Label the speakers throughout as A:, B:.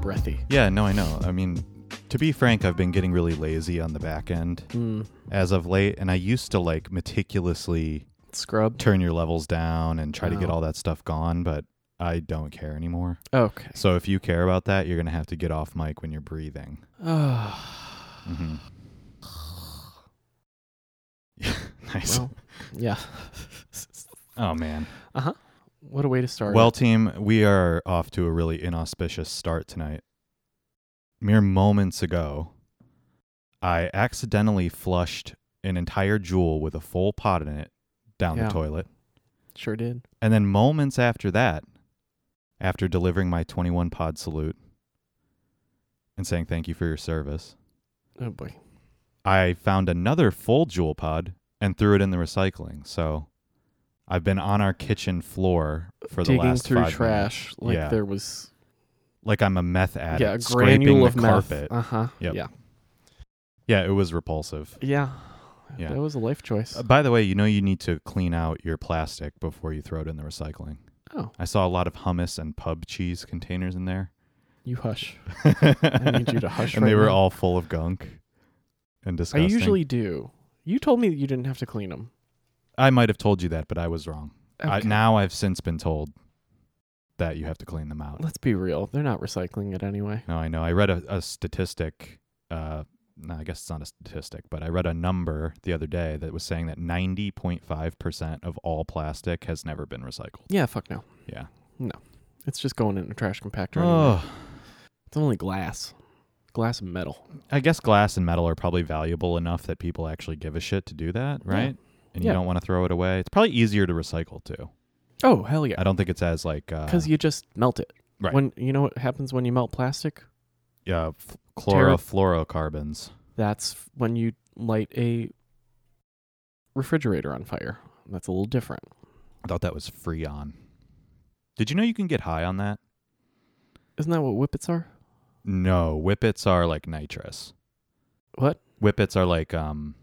A: breathy.
B: Yeah, no, I know. I mean, to be frank, I've been getting really lazy on the back end
A: Hmm.
B: as of late, and I used to like meticulously
A: Scrub.
B: turn your levels down and try to get
A: Wow.
B: all that stuff gone, but I don't care anymore.
A: Okay.
B: So if you care about that, you're going to have to get off mic when you're breathing. hmm nice.
A: Well, yeah.
B: oh, man.
A: What a way to start.
B: Well, team, we are off to a really inauspicious start tonight. Mere moments ago, I accidentally flushed an entire jewel with a full pot in it down
A: Yeah.
B: the toilet.
A: sure did.
B: And then moments after that, after delivering my 21 pod salute and saying thank you for your service,
A: Oh boy.
B: I found another full jewel pod and threw it in the recycling. So I've been on our kitchen floor for the
A: Digging
B: last
A: through
B: five minutes.
A: trash like
B: Yeah.
A: there was
B: like I'm a meth addict.
A: yeah a
B: scraping
A: granule
B: the
A: of
B: carpet.
A: Uh huh.
B: Yep.
A: Yeah.
B: Yeah, it was repulsive.
A: Yeah.
B: Yeah.
A: That was a life choice.
B: Uh, by the way, you know you need to clean out your plastic before you throw it in the recycling.
A: oh,
B: I saw a lot of hummus and pub cheese containers in there.
A: you hush.
B: I
A: need you to hush
B: And they
A: right
B: were
A: now.
B: all full of gunk and disgusting.
A: I usually do. You told me that you didn't have to clean them.
B: I might have told you that, but I was wrong. I,
A: Okay.
B: now I've since been told that you have to clean them out.
A: Let's be real. They're not recycling it anyway.
B: No, I know. I read a, a statistic. Uh, no, I guess it's not a statistic, but I read a number the other day that was saying that 90.5% of all plastic has never been recycled.
A: Yeah. Fuck no.
B: Yeah.
A: It's just going in a trash compactor. Anyway.
B: Oh,
A: It's only glass. Glass and metal.
B: I guess glass and metal are probably valuable enough that people actually give a shit to do that,
A: Yeah.
B: right? And
A: Yeah.
B: you don't want to throw it away. It's probably easier to recycle too.
A: Oh hell yeah.
B: I don't think it's as like uh,
A: because you just melt it.
B: Right.
A: When you know what happens when you melt plastic?
B: yeah, f-
A: Terra-
B: chlorofluorocarbons.
A: That's f- when you light a refrigerator on fire. That's a little different.
B: I thought that was freon. Did you know you can get high on that?
A: Isn't that what whippets are?
B: No, whippets are like nitrous.
A: What?
B: Whippets are like um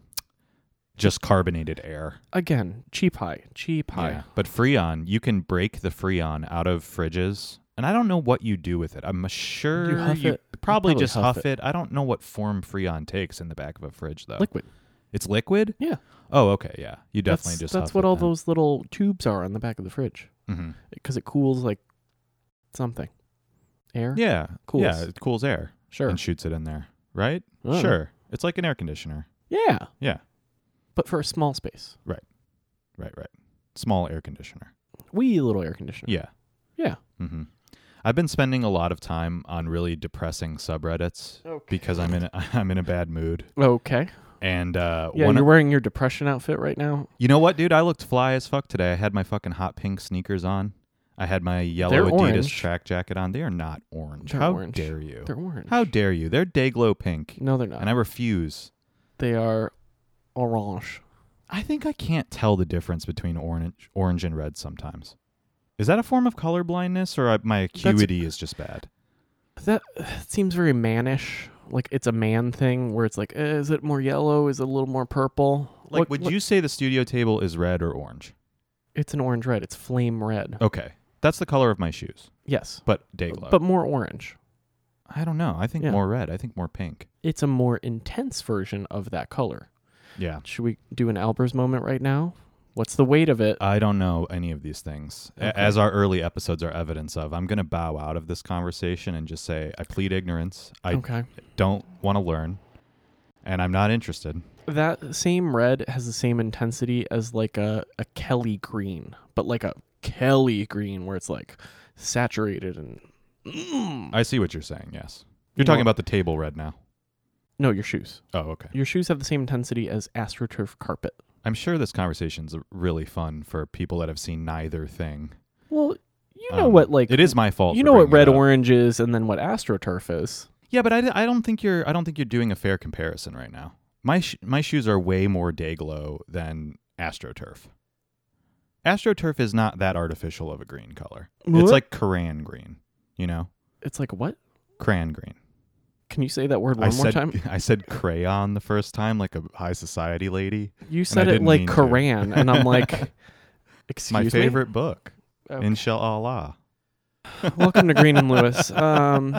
B: just carbonated air.
A: Again, cheap high, cheap high.
B: But Freon, you can break the Freon out of fridges. And I don't know what you do with it. I'm sure
A: You huff
B: probably,
A: it. You probably
B: just
A: huff
B: huff it. I don't know what form Freon takes in the back of a fridge though.
A: Liquid.
B: it's liquid?
A: Yeah.
B: Oh, okay, yeah. You definitely
A: that's,
B: just
A: That's
B: huff
A: what
B: it
A: all
B: then.
A: those little tubes are on the back of the fridge
B: Mhm.
A: because it cools like something. Air?
B: Yeah.
A: Cools.
B: Yeah, it cools air
A: Sure.
B: and shoots it in there, right?
A: I don't know.
B: Sure. It's like an air conditioner.
A: Oh. Yeah.
B: Yeah.
A: But for a small space.
B: Right, right. Small air conditioner.
A: Wee little air conditioner.
B: Yeah.
A: Yeah.
B: hmm I've been spending a lot of time on really depressing subreddits because I'm in a, I'm in a bad mood.
A: Okay.
B: And uh,
A: Yeah,
B: one
A: you're
B: of-
A: wearing your depression outfit right now.
B: you know what, dude? I looked fly as fuck today. I had my fucking hot pink sneakers on. I had my yellow
A: They're
B: Adidas
A: orange.
B: track jacket on. They are not orange.
A: They're
B: How
A: orange.
B: dare you?
A: They're orange.
B: How dare you? They're day glow pink,
A: No, they're not.
B: and I refuse.
A: They are orange.
B: I think I can't tell the difference between orange, orange and red sometimes. Is that a form of color blindness, or I, my acuity is just bad?
A: That seems very mannish. Like it's a man thing where it's like, eh, is it more yellow? Is it a little more purple?
B: Like,
A: What-
B: would
A: what-
B: you say the studio table is red or orange?
A: It's an orange red. It's flame red.
B: Okay. That's the color of my shoes,
A: Yes,
B: but day glow.
A: but more orange.
B: I don't know. I think
A: Yeah.
B: more red. I think more pink.
A: It's a more intense version of that color.
B: Yeah.
A: Should we do an Albers moment right now? What's the weight of it?
B: I don't know any of these things. A-
A: Okay.
B: As our early episodes are evidence of, I'm going to bow out of this conversation and just say I plead ignorance. I
A: okay.
B: don't want to learn and I'm not interested.
A: That same red has the same intensity as like a, a Kelly green, but like a Kelly green where it's like saturated and. Mm.
B: I see what you're saying. Yes.
A: You
B: You're
A: know-
B: talking about the table red now.
A: No, your shoes.
B: Oh, okay.
A: Your shoes have the same intensity as AstroTurf carpet.
B: I'm sure this conversation's really fun for people that have seen neither thing.
A: Well, you know
B: Um,
A: what like
B: It is my fault.
A: You
B: for
A: know what
B: bringing it
A: red
B: up.
A: orange is, and then what AstroTurf is.
B: Yeah, but I, d- I don't think you're I don't think you're doing a fair comparison right now. My sh- my shoes are way more Dayglow than AstroTurf. AstroTurf is not that artificial of a green color.
A: What?
B: It's like Koran green, you know,
A: It's like what?
B: crayon green.
A: Can you say that word one
B: I
A: more
B: said
A: time?
B: I said crayon the first time like a high society lady.
A: You said it
B: didn't
A: like
B: mean to.
A: Koran, and I'm like, excuse
B: my
A: me. Oh.
B: favorite book,
A: Okay.
B: Inshallah.
A: Welcome to Green and Lewis. Um,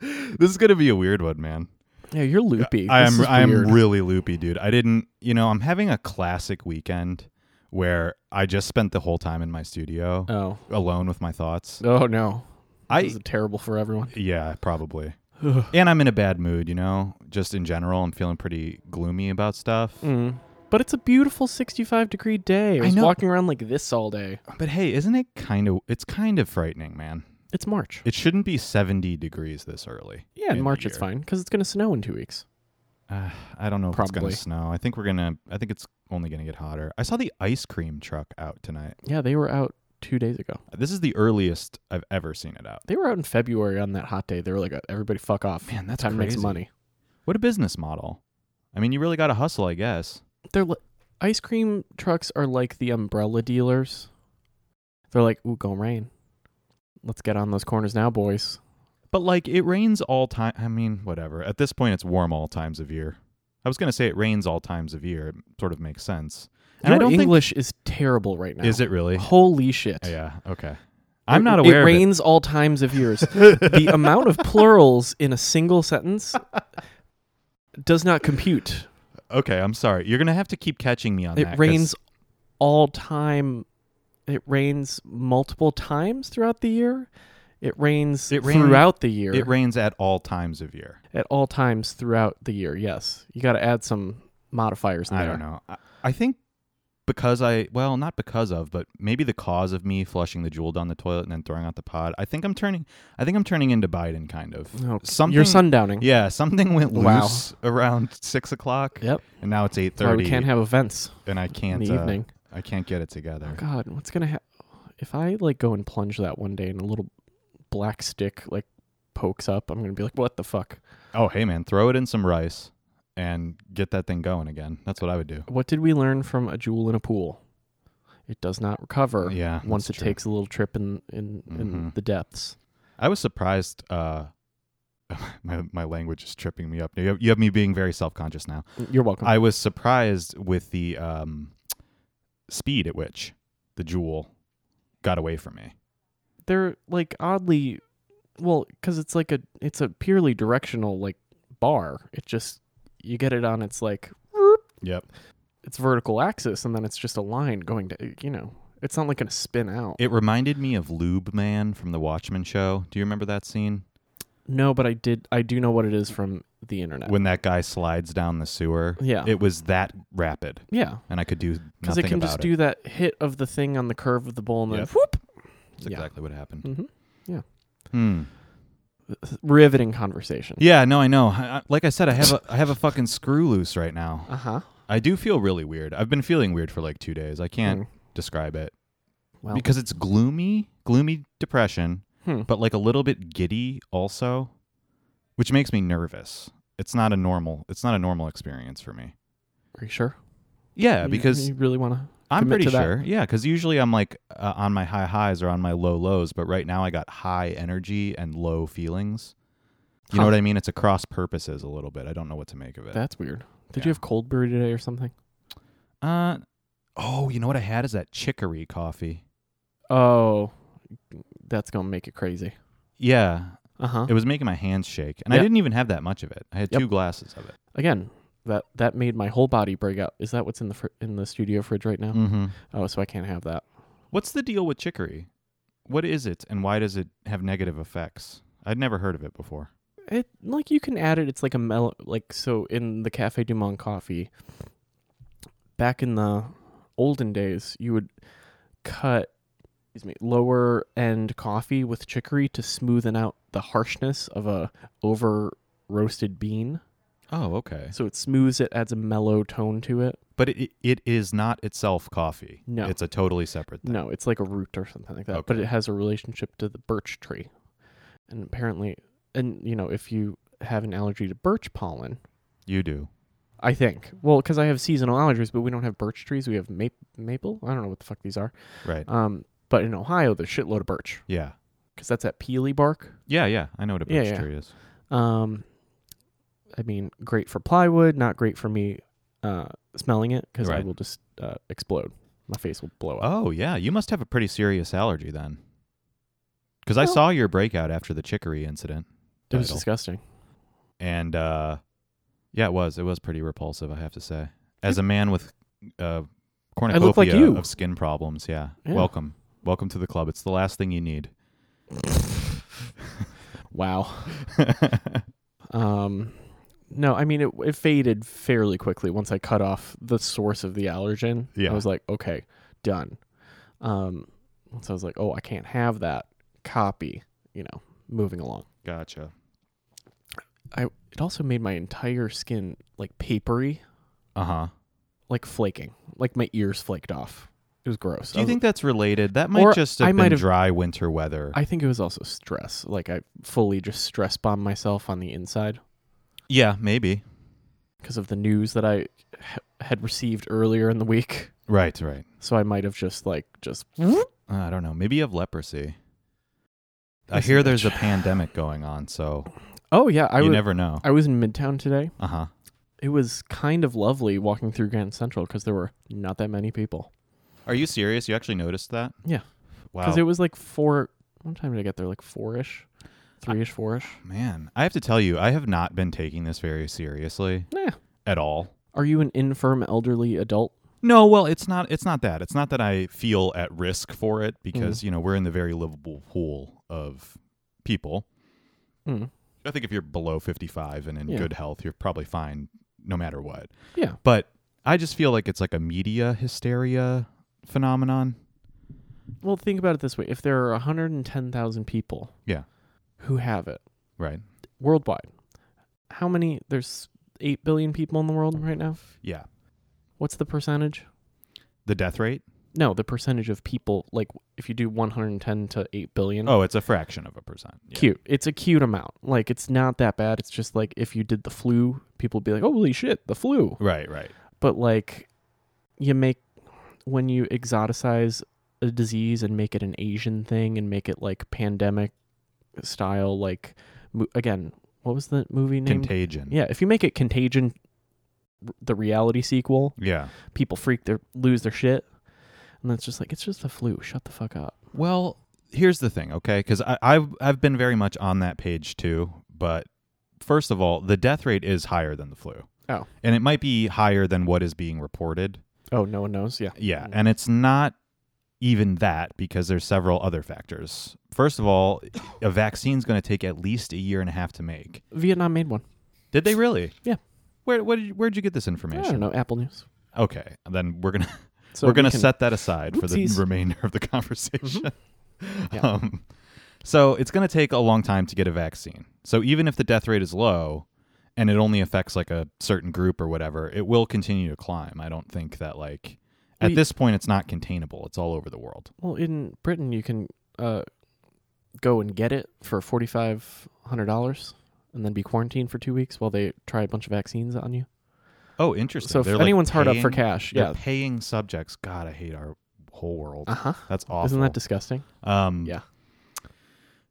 B: this is gonna be a weird one, man.
A: yeah, you're loopy.
B: I
A: This
B: am
A: is
B: I am
A: weird.
B: really loopy, dude. I didn't, you know, I'm having a classic weekend where I just spent the whole time in my studio
A: oh,
B: alone with my thoughts.
A: oh no, this
B: I
A: is terrible for everyone.
B: yeah, probably.
A: Ugh.
B: And I'm in a bad mood, you know, just in general. I'm feeling pretty gloomy about stuff.
A: Mm. But it's a beautiful 65 degree day. I
B: I
A: was
B: know.
A: walking around like this all day.
B: But hey, isn't it kind of it's kind of frightening, man.
A: It's March.
B: It shouldn't be 70 degrees this early.
A: Yeah, in
B: the
A: March it's
B: year.
A: fine because it's going to snow in two weeks.
B: Uh, I don't know if it's going
A: Probably.
B: to snow. I think we're going to I think it's only going to get hotter. I saw the ice cream truck out tonight.
A: Yeah, they were out two days ago.
B: This is the earliest I've ever seen it out.
A: They were out in February on that hot day. They were like, "Uh, everybody fuck off.
B: Man, that's
A: Time to make some
B: crazy.
A: money.
B: What a business model. I mean, you really got to hustle, I guess.
A: They're li- ice cream trucks are like the umbrella dealers. They're like, ooh, gonna rain. Let's get on those corners now, boys.
B: But like it rains all time. I mean, whatever. At this point it's warm all times of year. I was going to say it rains all times of year. It sort of makes sense. And I
A: Your
B: don't
A: English is terrible right now.
B: think Is it really?
A: Holy shit.
B: Yeah, okay. I'm
A: It-
B: not aware of
A: It
B: it.
A: rains all times of years. the amount of plurals in a single sentence does not compute.
B: Okay, I'm sorry. You're gonna have to keep catching me on
A: It
B: that. 'cause-
A: rains all time. It rains multiple times throughout the year. It rains
B: It rain-
A: throughout the year.
B: It rains at all times of year.
A: at all times throughout the year. Yes, you got to add some modifiers. In
B: I
A: there.
B: don't know. I, I think because I well, not because of, but maybe the cause of me flushing the jewel down the toilet and then throwing out the pod. I think I'm turning. I think I'm turning into Biden, kind of.
A: No,
B: Something.
A: Oh, You're sundowning.
B: Yeah, something went
A: Wow.
B: loose around six o'clock.
A: Yep.
B: And now it's eight
A: That's why we
B: thirty,
A: can't have events
B: and I can't.
A: in the
B: uh,
A: evening.
B: I can't get it together.
A: Oh God, what's gonna happen if I like go and plunge that one day and a little black stick like pokes up? I'm gonna be like, what the fuck?
B: Oh, hey man, throw it in some rice and get that thing going again. That's what I would do.
A: What did we learn from a jewel in a pool? It does not recover
B: Yeah.
A: once it
B: that's true.
A: takes a little trip in in, in
B: Mhm.
A: the depths.
B: I was surprised. Uh, my my language is tripping me up. You have, you have me being very self conscious now.
A: You're welcome.
B: I was surprised with the um, speed at which the jewel got away from me.
A: They're like oddly, well, because it's like a it's a purely directional like bar. It just you get it on its like
B: Yep.
A: its vertical axis, and then it's just a line going to you know. It's not like gonna spin out.
B: It reminded me of Lube Man from the Watchmen show. Do you remember that scene
A: No, but I did. I do know what it is from the internet.
B: when that guy slides down the sewer?
A: yeah,
B: It was that rapid,
A: yeah,
B: and I could do
A: because
B: nothing
A: it can
B: about
A: just
B: it.
A: do that hit of the thing on the curve of the bowl and
B: Yep.
A: then whoop.
B: That's exactly what happened.
A: hmm
B: Hmm.
A: Riveting conversation.
B: Yeah. No, I know. I, I- like I said, I have a I have a fucking screw loose right now.
A: Uh huh.
B: I do feel really weird. I've been feeling weird for like two days. I can't
A: Mm.
B: describe it
A: Well,
B: because it's gloomy, gloomy depression,
A: Hmm.
B: but like a little bit giddy also, which makes me nervous. It's not a normal. It's not a normal experience for me.
A: are you sure?
B: Yeah,
A: You-
B: because
A: you really want to.
B: I'm
A: commit
B: pretty
A: to that?
B: sure. Yeah, because usually I'm like uh, on my high highs or on my low lows, but right now I got high energy and low feelings. You know
A: Huh.
B: what I mean? It's a cross purposes a little bit. I don't know what to make of it.
A: That's weird. Did
B: Yeah.
A: you have cold brew today or something?
B: uh, oh, you know what I had is that chicory coffee.
A: Oh, that's gonna make it crazy.
B: Yeah,
A: Uh huh.
B: It was making my hands shake, and I
A: Yeah.
B: didn't even have that much of it. I had
A: Yep.
B: two glasses of it.
A: Again, that that made my whole body break out. Is that what's in the fr- in the studio fridge right now?
B: Mm-hmm.
A: Oh, so I can't have that.
B: What's the deal with chicory? What is it, and why does it have negative effects? I'd never heard of it before.
A: it like you can add it it's like a mellow like so in the cafe du monde coffee back in the olden days you would cut excuse me lower end coffee with chicory to smoothen out the harshness of a over roasted bean
B: Oh, okay.
A: so it smooths it adds a mellow tone to it
B: But it it is not itself coffee.
A: No.
B: it's a totally separate thing.
A: no it's like a root or something like that but
B: Okay.
A: it has a relationship to the birch tree and apparently and you know if you have an allergy to birch pollen
B: You do.
A: I think. Well, because I have seasonal allergies, but we don't have birch trees. We have ma- maple. I don't know what the fuck these are.
B: Right.
A: Um, but in Ohio, there's shitload of birch
B: yeah.
A: because that's that peely bark.
B: Yeah. Yeah. I know what a
A: Yeah,
B: birch
A: yeah.
B: tree is.
A: Um, I mean, great for plywood, not great for me uh, smelling it because I
B: Right.
A: will just uh, explode. My face will blow up.
B: Oh yeah. You must have a pretty serious allergy then. Because I
A: Well-
B: saw your breakout after the chicory incident,
A: It was
B: Vital.
A: disgusting.
B: and uh, yeah, it was it was pretty repulsive, I have to say. As a man with uh, cornucopia
A: look like you.
B: of skin problems, yeah,
A: Yeah.
B: welcome, welcome to the club. It's the last thing you need.
A: Wow. Um, no, I mean it. It faded fairly quickly once I cut off the source of the allergen.
B: Yeah.
A: I was like, okay, done. Um, so I was like, oh, I can't have that. Copy. You know, moving along.
B: gotcha.
A: I. It also made my entire skin like papery,
B: Uh huh.
A: like flaking, like my ears flaked off. It was gross.
B: Do you
A: I was-
B: think that's related? That might
A: Or
B: just
A: I
B: have
A: might
B: been
A: have-
B: dry winter weather.
A: I think it was also stress. Like I fully just stress bombed myself on the inside
B: yeah, maybe.
A: because of the news that I h- had received earlier in the week.
B: Right, right.
A: So I might have just like just
B: Uh, I don't know. Maybe you have leprosy. I
A: Listen,
B: hear there's a
A: bitch.
B: pandemic going on, so
A: Oh yeah, I
B: you
A: was
B: never know.
A: I was in Midtown today.
B: Uh huh.
A: It was kind of lovely walking through Grand Central because there were not that many people.
B: Are you serious? You actually noticed that?
A: Yeah.
B: Wow.
A: Because it was like four. What time did I get there? Like four ish, three ish, four ish.
B: Man, I have to tell you, I have not been taking this very seriously
A: Nah.
B: at all.
A: Are you an infirm elderly adult?
B: No, well, it's not. It's not that. It's not that I feel at risk for it
A: Mm.
B: because you know we're in the very livable pool of people.
A: Mm.
B: I think if you're below 55 and in
A: Yeah.
B: good health, you're probably fine no matter what.
A: Yeah.
B: But I just feel like it's like a media hysteria phenomenon.
A: Well, think about it this way: if there are 110,000 people,
B: Yeah.
A: who have it
B: Right.
A: worldwide, how many? There's eight billion people in the world right now.
B: Yeah.
A: What's the percentage?
B: The death rate?
A: No, the percentage of people like if you do 110 to 8 billion.
B: Oh, it's a fraction of a percent. Yeah.
A: cute. It's a cute amount. Like it's not that bad. It's just like if you did the flu, people would be like, "Holy shit, the flu!"
B: Right, right.
A: But like, you make when you exoticize a disease and make it an Asian thing and make it like pandemic style. Like mo- again, what was the movie name?
B: Contagion.
A: yeah, if you make it Contagion, r- the reality sequel,
B: Yeah.
A: people freak their lose their shit, and it's just like it's just the flu. Shut the fuck up.
B: Well, here's the thing, okay? Because I've I've been very much on that page too. But first of all, the death rate is higher than the flu.
A: Oh.
B: and it might be higher than what is being reported.
A: Oh, no one knows. Yeah.
B: Yeah,
A: Mm.
B: and it's not even that because there's several other factors. First of all, a vaccine's going to take at least a year and a half to make.
A: Vietnam made one.
B: Did they really?
A: Yeah.
B: Where where did you, where'd you get this
A: I don't
B: information?
A: know. Apple News.
B: Okay, then we're gonna
A: So
B: we're gonna
A: we can-
B: set that aside for the
A: Oopsies. Mm-hmm.
B: remainder of the conversation.
A: Yeah.
B: Um, so it's going to take a long time to get a vaccine. So even if the death rate is low and it only affects like a certain group or whatever, it will continue to climb. I don't think that like at
A: We-
B: this point it's not containable. It's all over the world.
A: Well, in Britain, you can uh, go and get it for forty five hundred dollars, and then be quarantined for two weeks while they try a bunch of vaccines on you.
B: Oh, interesting.
A: So if
B: They're, like,
A: anyone's hard up for
B: paying-
A: cash,
B: they're
A: yeah.
B: paying subjects. God, I hate our whole world.
A: Uh huh.
B: That's Uh-huh. awful.
A: Isn't that disgusting?
B: um,
A: Yeah.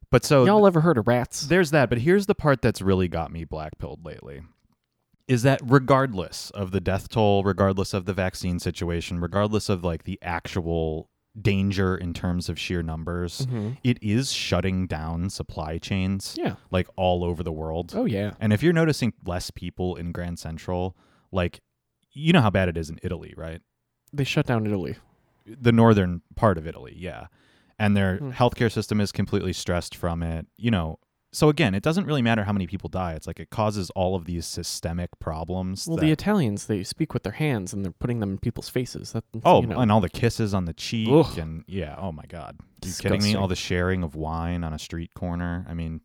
B: But so
A: Y'all ever heard of rats?
B: there's that but here's the part that's really got me black pilled lately is that regardless of the death toll regardless of the vaccine situation regardless of like the actual danger in terms of sheer numbers
A: Mhm.
B: it is shutting down supply chains
A: Yeah.
B: like all over the world
A: Oh yeah.
B: and if you're noticing less people in grand central like you know how bad it is in italy right
A: They shut down Italy.
B: the northern part of Italy, yeah. And their
A: Hmm.
B: healthcare system is completely stressed from it, you know. So again, it doesn't really matter how many people die. It's like it causes all of these systemic problems.
A: Well,
B: that-
A: the Italians they speak with their hands and they're putting them in people's faces. That
B: oh,
A: you know.
B: and all the kisses on the cheek
A: Ugh.
B: and yeah, oh my god. you kidding me?
A: Disgusting.
B: All the sharing of wine on a street corner. I mean,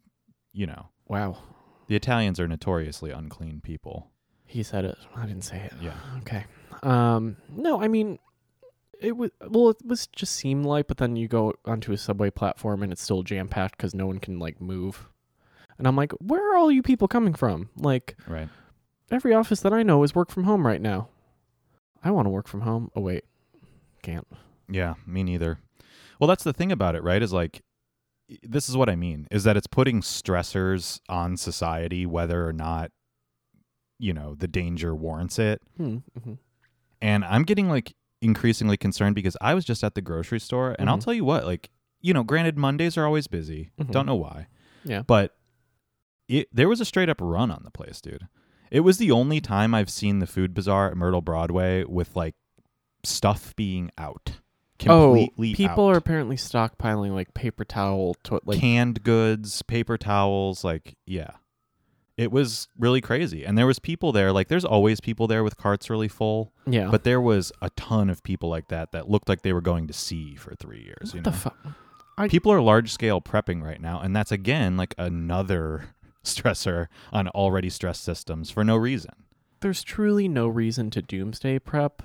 B: you know,
A: wow.
B: the Italians are notoriously unclean people.
A: He said it. I didn't say it.
B: Yeah.
A: Okay. Um, no, I mean, it was well, it was just seem light, but then you go onto a subway platform and it's still jam packed because no one can like move. And I'm like, where are all you people coming from? Like
B: Right.
A: every office that I know is work from home right now. I want to work from home. Oh wait, can't.
B: Yeah, me neither. Well, that's the thing about it, right? Is like i- this is what I mean is that it's putting stressors on society whether or not you know the danger warrants it.
A: Hmm. mhm.
B: And I'm getting like increasingly concerned because I was just at the grocery store and I'll
A: Mhm.
B: tell you what, like you know, granted Mondays are always busy.
A: Mhm.
B: Don't know why.
A: Yeah.
B: But it there was a straight up run on the place, dude. It was the only time I've seen the food bazaar at Myrtle Broadway with like stuff being out. Completely
A: oh, people
B: out.
A: are apparently stockpiling like paper towel, to- like
B: canned goods, paper towels, like yeah. It was really crazy. And there was people there, like there's always people there with carts really full,
A: yeah.
B: but there was a ton of people like that that looked like they were going to sea for 3 years, you
A: what
B: know.
A: the fuck? I-
B: people are large scale prepping right now, and that's again like another stressor on already stressed systems for no reason.
A: There's truly no reason to doomsday prep.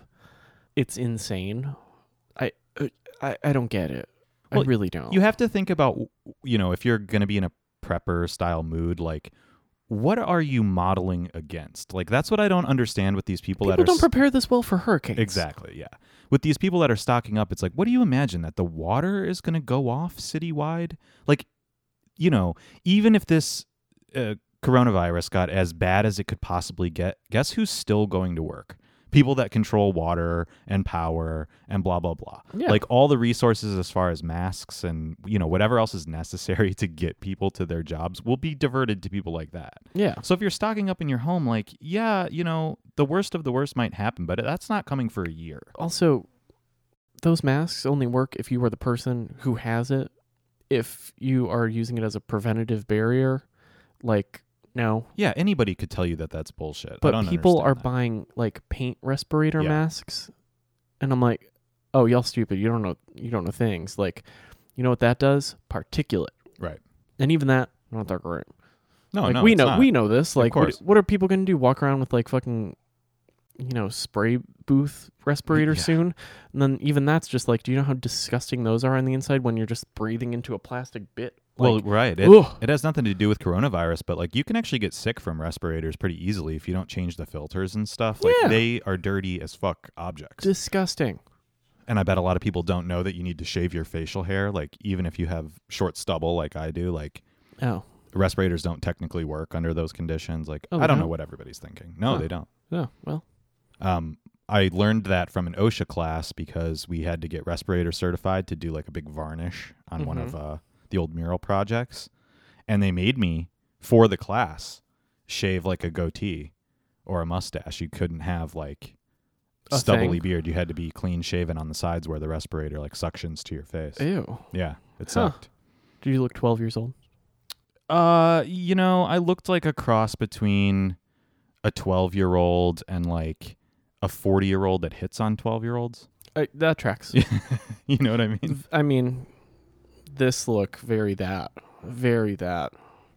A: It's insane. I uh, I, I don't get it.
B: Well,
A: I really don't.
B: You have to think about you know, if you're going to be in a prepper style mood like what are you modeling against? Like that's what I don't understand with these people,
A: people
B: that are
A: don't
B: s-
A: prepare this well for hurricanes.
B: Exactly, yeah. With these people that are stocking up, it's like, what do you imagine that the water is going to go off citywide? Like, you know, even if this uh, coronavirus got as bad as it could possibly get, guess who's still going to work? People that control water and power and blah blah blah.
A: Yeah.
B: Like all the resources as far as masks and you know whatever else is necessary to get people to their jobs will be diverted to people like that.
A: Yeah.
B: So if you're stocking up in your home, like, yeah, you know, the worst of the worst might happen, but that's not coming for a year.
A: Also, those masks only work if you are the person who has it. If you are using it as a preventative barrier, like no.
B: Yeah, anybody could tell you that that's bullshit. I
A: But
B: don't
A: people are
B: understand that.
A: buying like paint respirator
B: Yeah.
A: masks, and I'm like, oh, y'all stupid. You don't know. You don't know things. Like, you know what that does? Particulate.
B: Right.
A: And even that, not that great.
B: No,
A: like
B: no,
A: we
B: it's
A: know
B: not.
A: we know this. Like what,
B: course.
A: what are people gonna do? Walk around with like fucking you know, spray booth respirator
B: Yeah.
A: soon? And then even that's just like, do you know how disgusting those are on the inside when you're just breathing into a plastic bit?
B: Well,
A: Like,
B: right. It,
A: ugh.
B: it has nothing to do with coronavirus, but like you can actually get sick from respirators pretty easily if you don't change the filters and stuff. Like
A: Yeah.
B: they are dirty as fuck objects.
A: disgusting.
B: and I bet a lot of people don't know that you need to shave your facial hair. Like even if you have short stubble like I do, like
A: Oh.
B: respirators don't technically work under those conditions. Like
A: Oh,
B: I
A: they
B: don't know
A: don't?
B: what everybody's thinking. No,
A: Huh.
B: they don't.
A: Oh, well.
B: Um, I learned that from an OSHA class because we had to get respirator certified to do like a big varnish on one
A: Mhm.
B: of uh, the old mural projects, and they made me for the class shave like a goatee or a mustache. You couldn't have like
A: A
B: stubbly
A: thing?
B: beard. You had to be clean shaven on the sides where the respirator like suctions to your face.
A: Ew.
B: yeah, it
A: Huh.
B: sucked.
A: Do you look twelve years old?
B: Uh, you know, I looked like a cross between a 12 year old and like a 40 year old that hits on 12 year olds.
A: I, Uh, that tracks.
B: you know what I mean?
A: I mean this look, very that. Very that.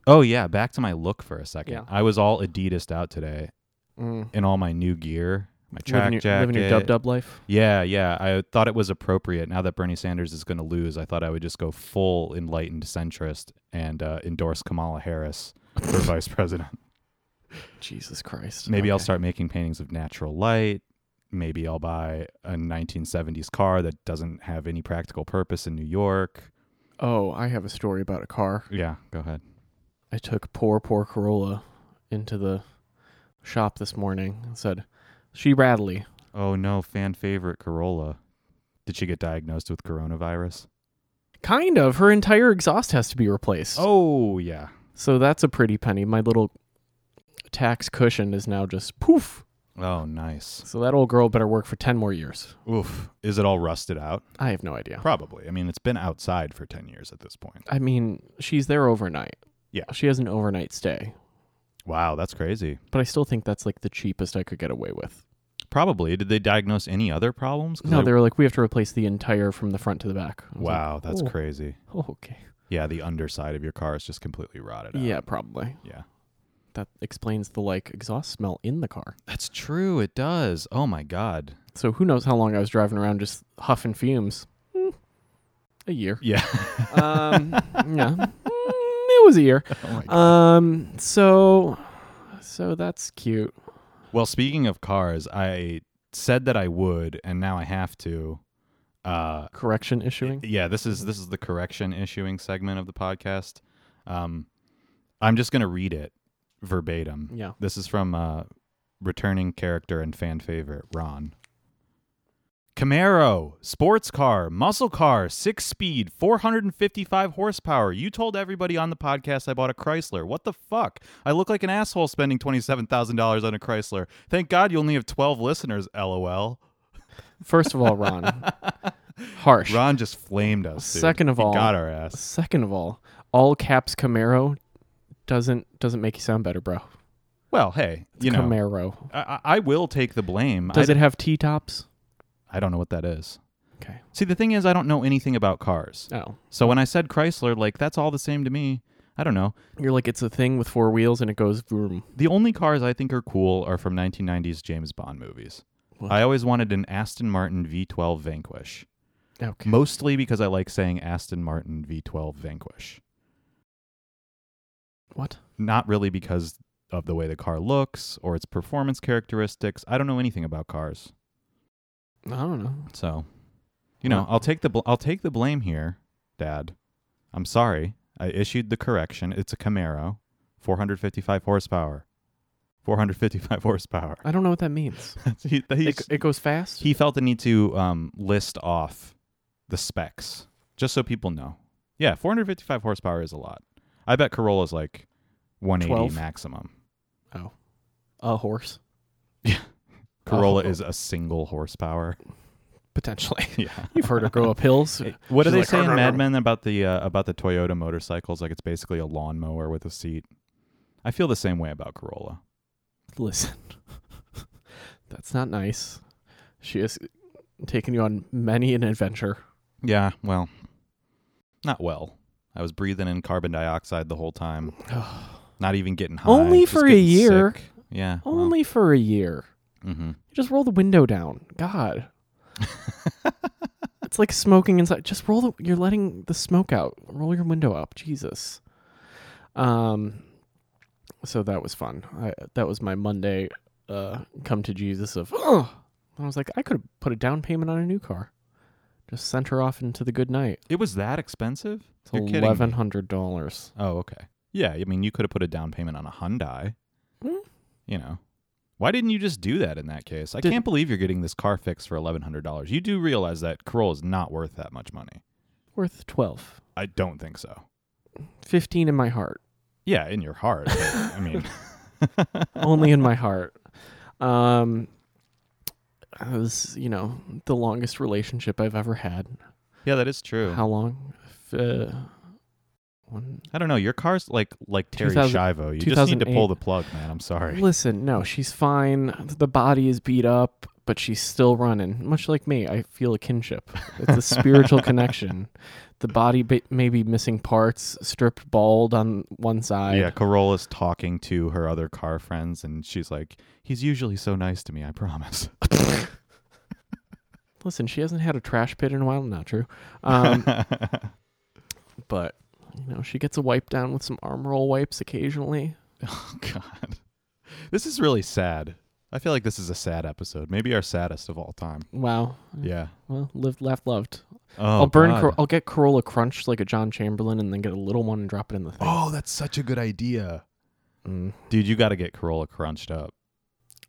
B: Oh, yeah. Back to my look for a second.
A: Yeah.
B: I was all Adidas out today
A: Mm.
B: in all my new gear, my track
A: Living your,
B: jacket.
A: living your dub dub life.
B: Yeah, yeah. I thought it was appropriate. Now that Bernie Sanders is going to lose, I thought I would just go full enlightened centrist and uh, endorse Kamala Harris for vice president.
A: Jesus Christ.
B: Maybe I'll
A: Okay.
B: start making paintings of natural light. Maybe I'll buy a 1970s car that doesn't have any practical purpose in New York.
A: Oh, I have a story about a car.
B: Yeah, go ahead.
A: I took poor, poor Corolla into the shop this morning and said, She Radley.
B: Oh no, fan favorite Corolla. Did she get diagnosed with coronavirus?
A: Kind of. Her entire exhaust has to be replaced.
B: Oh yeah.
A: So that's a pretty penny. My little tax cushion is now just poof.
B: Oh nice.
A: So that old girl better work for 10 more years.
B: Oof. Is it all rusted out?
A: I have no idea.
B: Probably. I mean, it's been outside for 10 years at this point.
A: I mean, she's there overnight.
B: Yeah.
A: She has an overnight stay.
B: Wow, that's crazy.
A: But I still think that's like the cheapest I could get away with.
B: Probably. Did they diagnose any other problems? 'Cause
A: No,
B: I-
A: they were like, we have to replace the entire from the front to the back. I was like,
B: Wow, uh, that's
A: Oh.
B: crazy.
A: "Oh, okay.
B: Yeah, the underside of your car is just completely rotted out.
A: Yeah, probably.
B: Yeah.
A: That explains the like exhaust smell in the car.
B: That's true. It does. Oh my god.
A: So who knows how long I was driving around just huffing fumes? Hmm. A year.
B: Yeah.
A: Um, yeah, Mm, it was a year.
B: oh my
A: Um, so, so that's cute.
B: Well, speaking of cars, I said that I would, and now I have to. Uh,
A: Correction issuing.
B: yeah. This is this is the correction issuing segment of the podcast. Um, I'm just gonna read it verbatim.
A: Yeah.
B: This is from uh, returning character and fan favorite Ron. Camaro, sports car, muscle car, six speed, 455 horsepower. You told everybody on the podcast I bought a Chrysler. What the fuck? I look like an asshole spending $27,000 on a Chrysler. Thank God you only have 12 listeners, lol.
A: First of all, Ron, harsh.
B: Ron just flamed us. dude.
A: Second of
B: He
A: all-
B: got our ass.
A: Second of all, all caps Camaro doesn't doesn't make you sound better, bro.
B: Well, hey, you know,
A: Camaro.
B: I, I I will take the blame.
A: Does
B: I,
A: it have T tops?
B: I don't know what that is.
A: Okay.
B: See, the thing is, I don't know anything about cars.
A: Oh,
B: So when I said Chrysler, like, that's all the same to me. I don't know.
A: you're like it's a thing with four wheels and it goes vroom.
B: The only cars I think are cool are from 1990s James Bond movies.
A: What?
B: I always wanted an Aston Martin V12 Vanquish,
A: Okay.
B: mostly because I like saying Aston Martin V12 Vanquish.
A: What?
B: Not really because of the way the car looks or its performance characteristics. I don't know anything about cars.
A: I don't know.
B: So, you know,
A: Well-
B: I'll take the bl- I'll take the blame here, Dad. I'm sorry. I issued the correction. It's a Camaro, 455 horsepower. 455 horsepower.
A: I don't know what that means.
B: he,
A: It, it goes fast.
B: he felt the need to um, list off the specs just so people know. Yeah, 455 horsepower is a lot. I bet Corolla's like 180
A: 12?
B: maximum.
A: a horse,
B: Corolla
A: Oh.
B: is a single horsepower.
A: potentially.
B: Yeah.
A: You've heard her go up hills.
B: What do
A: She's
B: they
A: like,
B: say in
A: "Arr, arr,
B: Mad
A: arr."
B: Men about the uh, about the Toyota motorcycles? Like it's basically a lawnmower with a seat. I feel the same way about Corolla.
A: Listen, that's not nice. She has taken you on many an adventure.
B: Yeah, well, not well. I was breathing in carbon dioxide the whole time. Not even getting high.
A: Only
B: just
A: for a
B: getting
A: year.
B: sick. Yeah.
A: Only for a year.
B: hmm
A: Just roll the window down. God. it's like smoking inside. Just roll the you're letting the smoke out. Roll your window up. Jesus. Um so that was fun. I, that was my Monday uh come to Jesus of oh I was like, I could have put a down payment on a new car. Just sent her off into the good night.
B: It was that expensive?
A: It's
B: You're kidding me.
A: eleven hundred dollars.
B: Oh, okay. Yeah, I mean, you could have put a down payment on a Hyundai.
A: Hmm.
B: You know, why didn't you just do that in that case? I
A: Did-
B: can't believe you're getting this car fixed for eleven hundred dollars. You do realize that Corolla is not worth that much money.
A: Worth twelve.
B: I don't think so.
A: Fifteen in my heart.
B: Yeah, in your heart. but, I mean,
A: only in my heart. Um, I was, you know, the longest relationship I've ever had.
B: yeah, that is true.
A: How long? F- Uh, one.
B: I don't know. Your car's like like Terry
A: 2000
B: Schiavo. You just need to
A: 2008.
B: pull the plug, man. I'm sorry.
A: Listen, no, she's fine. The body is beat up, but she's still running. Much like me, I feel a kinship. It's a spiritual connection. The body ba- may be missing parts, stripped bald on one side.
B: Yeah, Corolla's talking to her other car friends, and she's like, "He's usually so nice to me. I promise."
A: Listen, she hasn't had a trash pit in a while. Not true. Um, but you know, she gets a wipe down with some arm roll wipes occasionally.
B: Oh God, this is really sad. I feel like this is a sad episode, maybe our saddest of all time.
A: Wow.
B: Yeah.
A: Well, lived, left, loved.
B: Oh,
A: I'll burn.
B: God.
A: Cor- I'll get Corolla Crunch like a John Chamberlain, and then get a little one and drop it in the thing.
B: oh, that's such a good idea,
A: Mm.
B: dude. You got to get Corolla crunched up.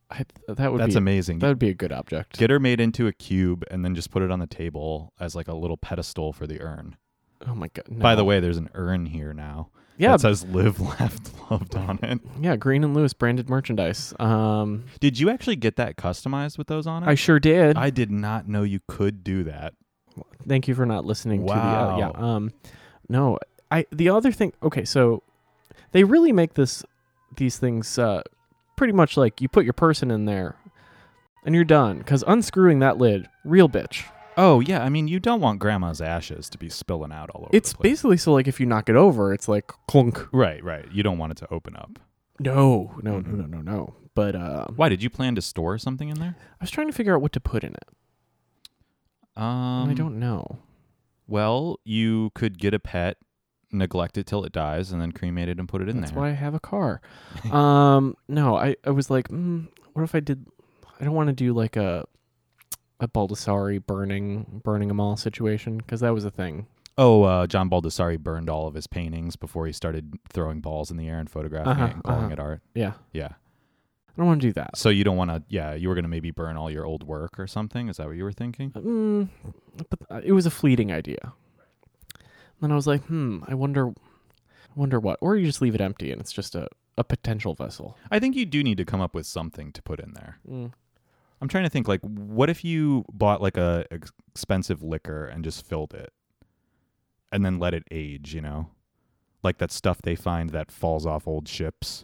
A: I, that would
B: That's
A: be
B: amazing.
A: that would be a good object.
B: Get her made into a cube and then just put it on the table as like a little pedestal for the urn.
A: oh my god!
B: By
A: no.
B: the way, there's an urn here now
A: yeah,
B: that says "Live, Laughed, Loved" on it.
A: yeah, Green and Lewis branded merchandise. Um,
B: Did you actually get that customized with those on it?
A: I sure did.
B: I did not know you could do that.
A: Thank you for not listening
B: Wow.
A: to the uh, yeah. Um no, I the other thing okay, so they really make this these things uh pretty much like you put your person in there and you're done cuz unscrewing that lid, real bitch.
B: Oh yeah, I mean you don't want grandma's ashes to be spilling out all over.
A: It's
B: the place.
A: basically so like if you knock it over, it's like clunk.
B: Right, right. You don't want it to open up.
A: No, no,
B: Mhm.
A: no, no, no, no. But uh,
B: Why did you plan to store something in there?
A: I was trying to figure out what to put in it.
B: Um,
A: and I don't know.
B: Well, you could get a pet, neglect it till it dies, and then cremate it and put it in
A: That's
B: there.
A: why I have a car. um, no, I, I was like, mm, what if I did? I don't want to do like a a Baldessari burning burning them all situation because that was a thing.
B: oh, uh, John Baldessari burned all of his paintings before he started throwing balls in the air and photographing
A: Uh-huh,
B: it and calling
A: uh-huh.
B: it art.
A: Yeah,
B: Yeah.
A: don't want to do that.
B: So you don't want to, yeah, you were going to maybe burn all your old work or something. Is that what you were thinking?
A: Mm, but uh, it was a fleeting idea. then I was like, hmm, I wonder, I wonder what. Or you just leave it empty and it's just a, a potential vessel.
B: I think you do need to come up with something to put in there.
A: Mm.
B: I'm trying to think, like, what if you bought like a ex- expensive liquor and just filled it and then let it age, you know? Like that stuff they find that falls off old ships.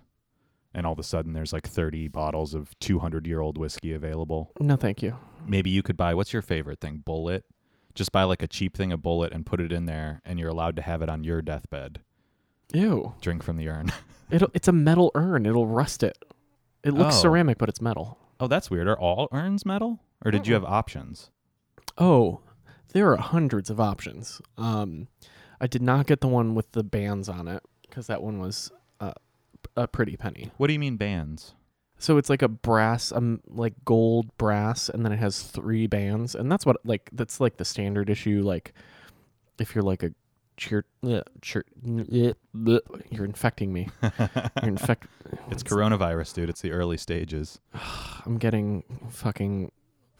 B: And all of a sudden, there's like 30 bottles of 200 year old whiskey available.
A: No, thank you.
B: maybe you could buy what's your favorite thing bullet just buy like a cheap thing of bullet and put it in there and you're allowed to have it on your deathbed
A: Ew.
B: drink from the urn
A: It'll, it's a metal urn. It'll rust it. It looks
B: Oh.
A: ceramic, but it's metal.
B: oh that's weird are all urns metal or did you have options
A: Oh, there are hundreds of options. Um, I did not get the one with the bands on it because that one was uh, a pretty penny.
B: what do you mean bands
A: So it's like a brass, um, like gold brass, and then it has three bands, and that's what like that's like the standard issue. Like if you're like a cheer, bleh, cheer bleh, bleh, you're infecting me. You're infect.
B: it's coronavirus dude it's the early stages
A: I'm getting fucking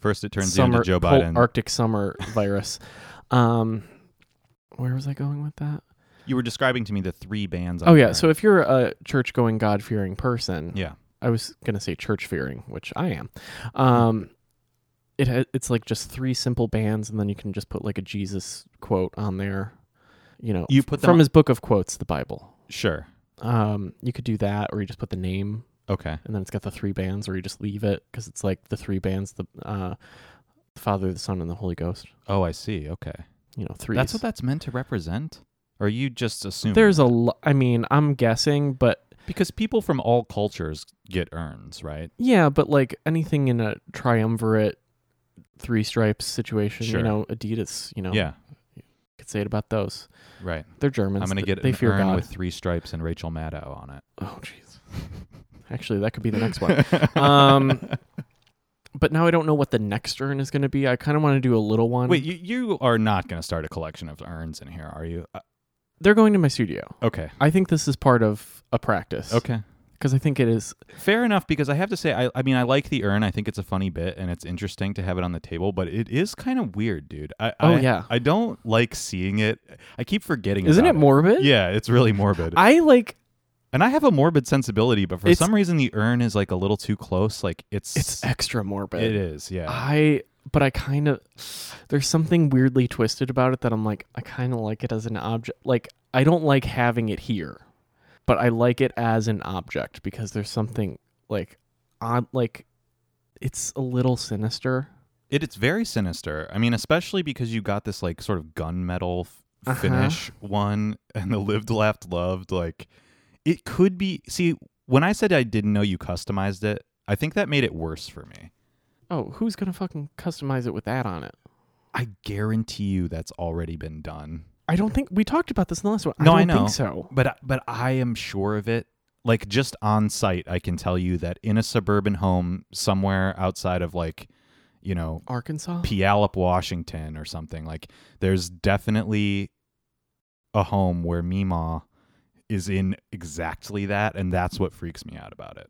B: first it turns you
A: summer
B: into joe
A: cold
B: biden
A: Arctic summer virus. Um, where was I going with that?
B: you were describing to me the three bands on
A: Oh
B: the
A: yeah.
B: urn.
A: So if you're a church going, God fearing person,
B: yeah
A: I was gonna say church fearing, which I am. Um, it ha- it's like just three simple bands, and then you can just put like a Jesus quote on there. You know,
B: You put them
A: from
B: on-
A: his book of quotes, the Bible.
B: sure
A: Um, you could do that, or you just put the name,
B: okay
A: and then it's got the three bands, or you just leave it because it's like the three bands: the uh, the Father, the Son, and the Holy Ghost.
B: oh i see okay
A: You know, three.
B: that's what that's meant to represent or you just assume
A: There's a. Lo- I mean, I'm guessing, but
B: because people from all cultures get urns right
A: Yeah, but like anything in a triumvirate three stripes situation,
B: Sure.
A: you know, Adidas, you know,
B: yeah
A: could say it about those.
B: right
A: They're Germans.
B: I'm gonna
A: Th-
B: get
A: they
B: an
A: fear
B: urn
A: God.
B: with three stripes and Rachel Maddow on it.
A: oh jeez. Actually, that could be the next one. Um, but now I don't know what the next urn is going to be. I kind of want to do a little one.
B: Wait, you, you are not gonna start a collection of urns in here, are you? Uh,
A: they're going to my studio.
B: okay,
A: I think this is part of a practice.
B: okay,
A: Because I think it is.
B: fair enough. Because I have to say, I, I mean, I like the urn. I think it's a funny bit and it's interesting to have it on the table, but it is kind of weird, dude. I,
A: Oh,
B: I-
A: yeah.
B: I don't like seeing it. I keep forgetting.
A: Isn't
B: about
A: it morbid?
B: Yeah, it's really morbid.
A: I like.
B: and I have a morbid sensibility, but for
A: It's-
B: some reason, the urn is like a little too close. Like it's
A: It's Ah, extra morbid.
B: it is, yeah.
A: I but I kind of there's something weirdly twisted about it that I'm like I kind of like it as an object. Like I don't like having it here, but I like it as an object because there's something like odd like it's a little sinister.
B: It, it's very sinister. I mean, especially because you got this like sort of gunmetal f-
A: Uh-huh.
B: finish one and the lived, laughed, loved. Like, it could be. See, when I said I didn't know you customized it, I think that made it worse for me.
A: Oh, who's going to fucking customize it with that on it?
B: I guarantee you that's already been done.
A: I don't think we talked about this in the last one.
B: No, I
A: I don't
B: know.
A: think so.
B: But I- but I am sure of it. Like just on site, I can tell you that in a suburban home somewhere outside of like, you know,
A: Arkansas?
B: Puyallup, Washington, or something. Like, there's definitely a home where Mima is in exactly that, and that's what freaks me out about it.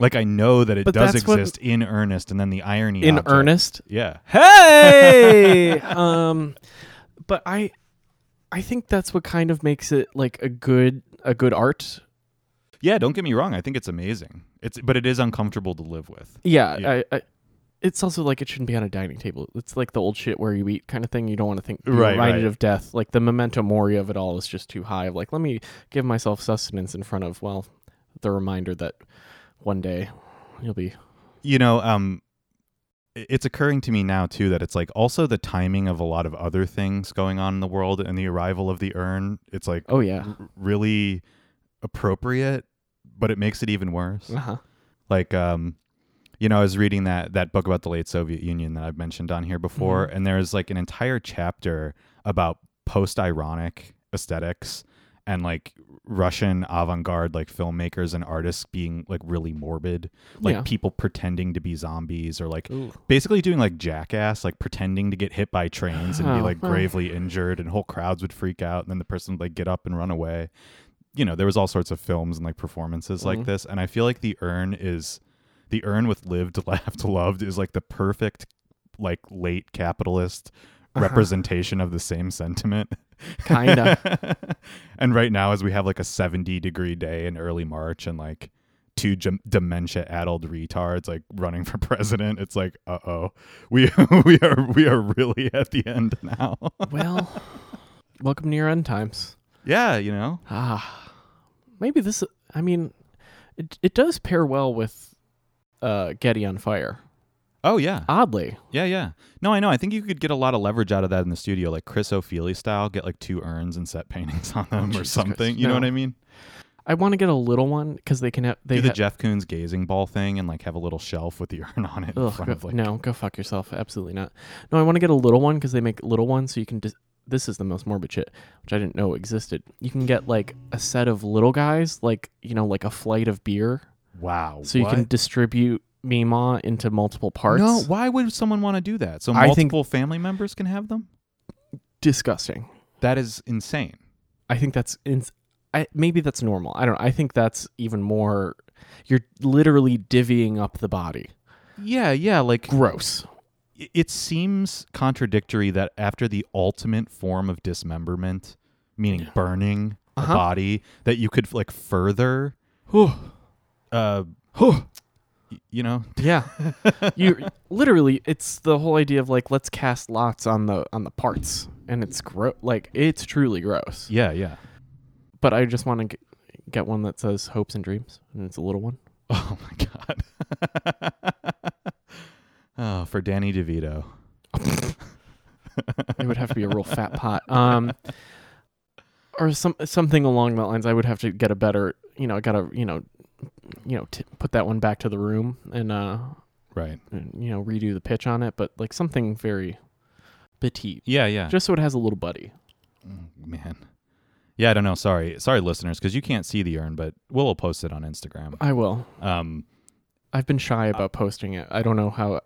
B: Like, I know that it
A: But
B: does
A: that's what-
B: exist in earnest, and then the irony
A: in
B: object-
A: earnest?
B: Yeah,
A: hey um but i i think that's what kind of makes it like a good a good art
B: yeah. Don't get me wrong. I think it's amazing. It's but it is uncomfortable to live with.
A: yeah,
B: Yeah.
A: I, I it's also like it shouldn't be on a dining table it's like the old shit where you eat kind of thing you don't want to think be
B: Right,
A: reminded
B: right.
A: of death like the memento mori of it all is just too high of like let me give myself sustenance in front of well the reminder that one day you'll be
B: You know, um, i- it's occurring to me now too that it's like also the timing of a lot of other things going on in the world and the arrival of the urn. It's like
A: oh yeah
B: r- really appropriate, but it makes it even worse.
A: uh-huh
B: Like, um, you know, I was reading that that book about the late Soviet Union that I've mentioned on here before,
A: Mm-hmm.
B: and there's like an entire chapter about post-ironic aesthetics and like Russian avant-garde like filmmakers and artists being like really morbid, like
A: Yeah.
B: people pretending to be zombies or like basically doing like jackass, like pretending to get hit by trains and be
A: Oh,
B: like
A: well.
B: gravely injured, and whole crowds would freak out, and then the person would like get up and run away. You know, there was all sorts of films and like performances like
A: Mhm.
B: this, and I feel like the urn is the urn with lived, laughed, loved is like the perfect like late capitalist
A: Uh-huh.
B: representation of the same sentiment.
A: Kinda.
B: and right now, as we have like a 70 degree day in early March and like two gem- dementia addled retards like running for president, it's like, uh oh, we, we, are, we are really at the end now.
A: well, welcome to your end times.
B: yeah, you know?
A: Ah, maybe this. I mean, it it does pair well with uh, Getty on Fire.
B: Oh, yeah.
A: Oddly,
B: Yeah, yeah. No, I know. I think you could get a lot of leverage out of that in the studio, like Chris O'Feely style, get like two urns and set paintings on them or
A: Jesus
B: something.
A: Christ.
B: You know
A: No.
B: what I mean?
A: I want to get a little one because they can have they
B: Do the
A: ha-
B: Jeff Koons gazing ball thing and like have a little shelf with the urn on it in
A: Ugh,
B: front
A: go-
B: of like.
A: no, go fuck yourself. Absolutely not. No, I want to get a little one because they make little ones so you can. Dis- this is the most morbid shit, which I didn't know existed. You can get like a set of little guys, like you know, like a flight of beer,
B: Wow.
A: so you can distribute Mima into multiple parts.
B: No, why would someone want to do that? So
A: I think-
B: multiple family members can have them?
A: disgusting.
B: That is insane.
A: I think that's ins- I, maybe that's normal. I don't. know. I think that's even more. You're literally divvying up the body.
B: Yeah, yeah. Like
A: Gross.
B: i- it seems contradictory that after the ultimate form of dismemberment, meaning burning a
A: Uh-huh.
B: body, that you could like further uh y- you know
A: Yeah. you literally it's the whole idea of like let's cast lots on the on the parts and it's gross like it's truly gross.
B: yeah yeah
A: But I just want to g- get one that says hopes and dreams and it's a little one.
B: oh my god oh for danny devito
A: It would have to be a real fat pot. Um or some something along that lines I would have to get a better, you know, I got to, you know, you know, t- put that one back to the room and uh
B: right
A: and, you know, redo the pitch on it, but like something very petite.
B: yeah yeah
A: Just so it has a little buddy.
B: Mm, man yeah i don't know sorry sorry listeners because you can't see the urn but we'll post it on instagram
A: I will.
B: um
A: I've been shy about posting it. I don't know how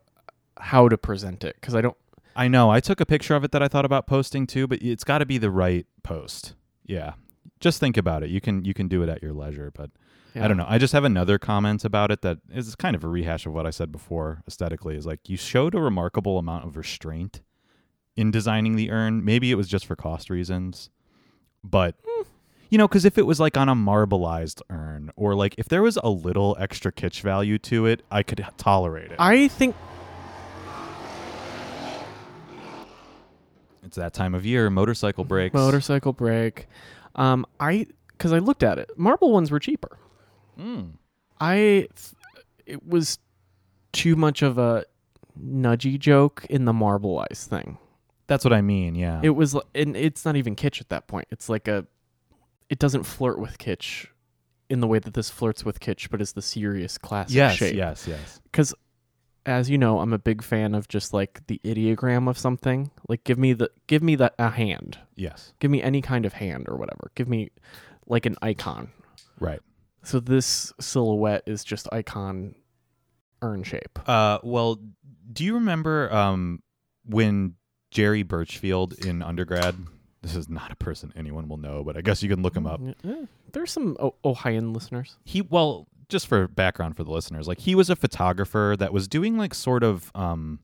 A: how to present it because I don't.
B: i know i took a picture of it that i thought about posting too but it's got to be the right post yeah just think about it you can you can do it at your leisure but I don't know. I just have another comment about it that is kind of a rehash of what I said before aesthetically is like you showed a remarkable amount of restraint in designing the urn. Maybe it was just for cost reasons, but you know, cuz if it was like on a marbleized urn or like if there was a little extra kitsch value to it, I could tolerate it.
A: I think
B: it's that time of year, motorcycle breaks.
A: motorcycle brake. Um, I because I looked at it. Marble ones were cheaper.
B: Mm.
A: I th- it was too much of a nudgy joke in the marble ice thing.
B: That's what I mean, yeah.
A: It was, li- and it's not even kitsch at that point. It's like a, it doesn't flirt with kitsch, in the way that this flirts with kitsch, but is the serious classic
B: yes,
A: shape.
B: yes, yes.
A: because as you know i'm a big fan of just like the ideogram of something like give me the give me the a hand
B: Yes.
A: give me any kind of hand or whatever give me like an icon
B: Right.
A: so this silhouette is just icon urn shape
B: Uh, well, do you remember um, when Jerry Birchfield in undergrad? This is not a person anyone will know, but I guess you can look him up.
A: Eh, there's some o- ohioan listeners
B: He well, just for background for the listeners, like he was a photographer that was doing like sort of um,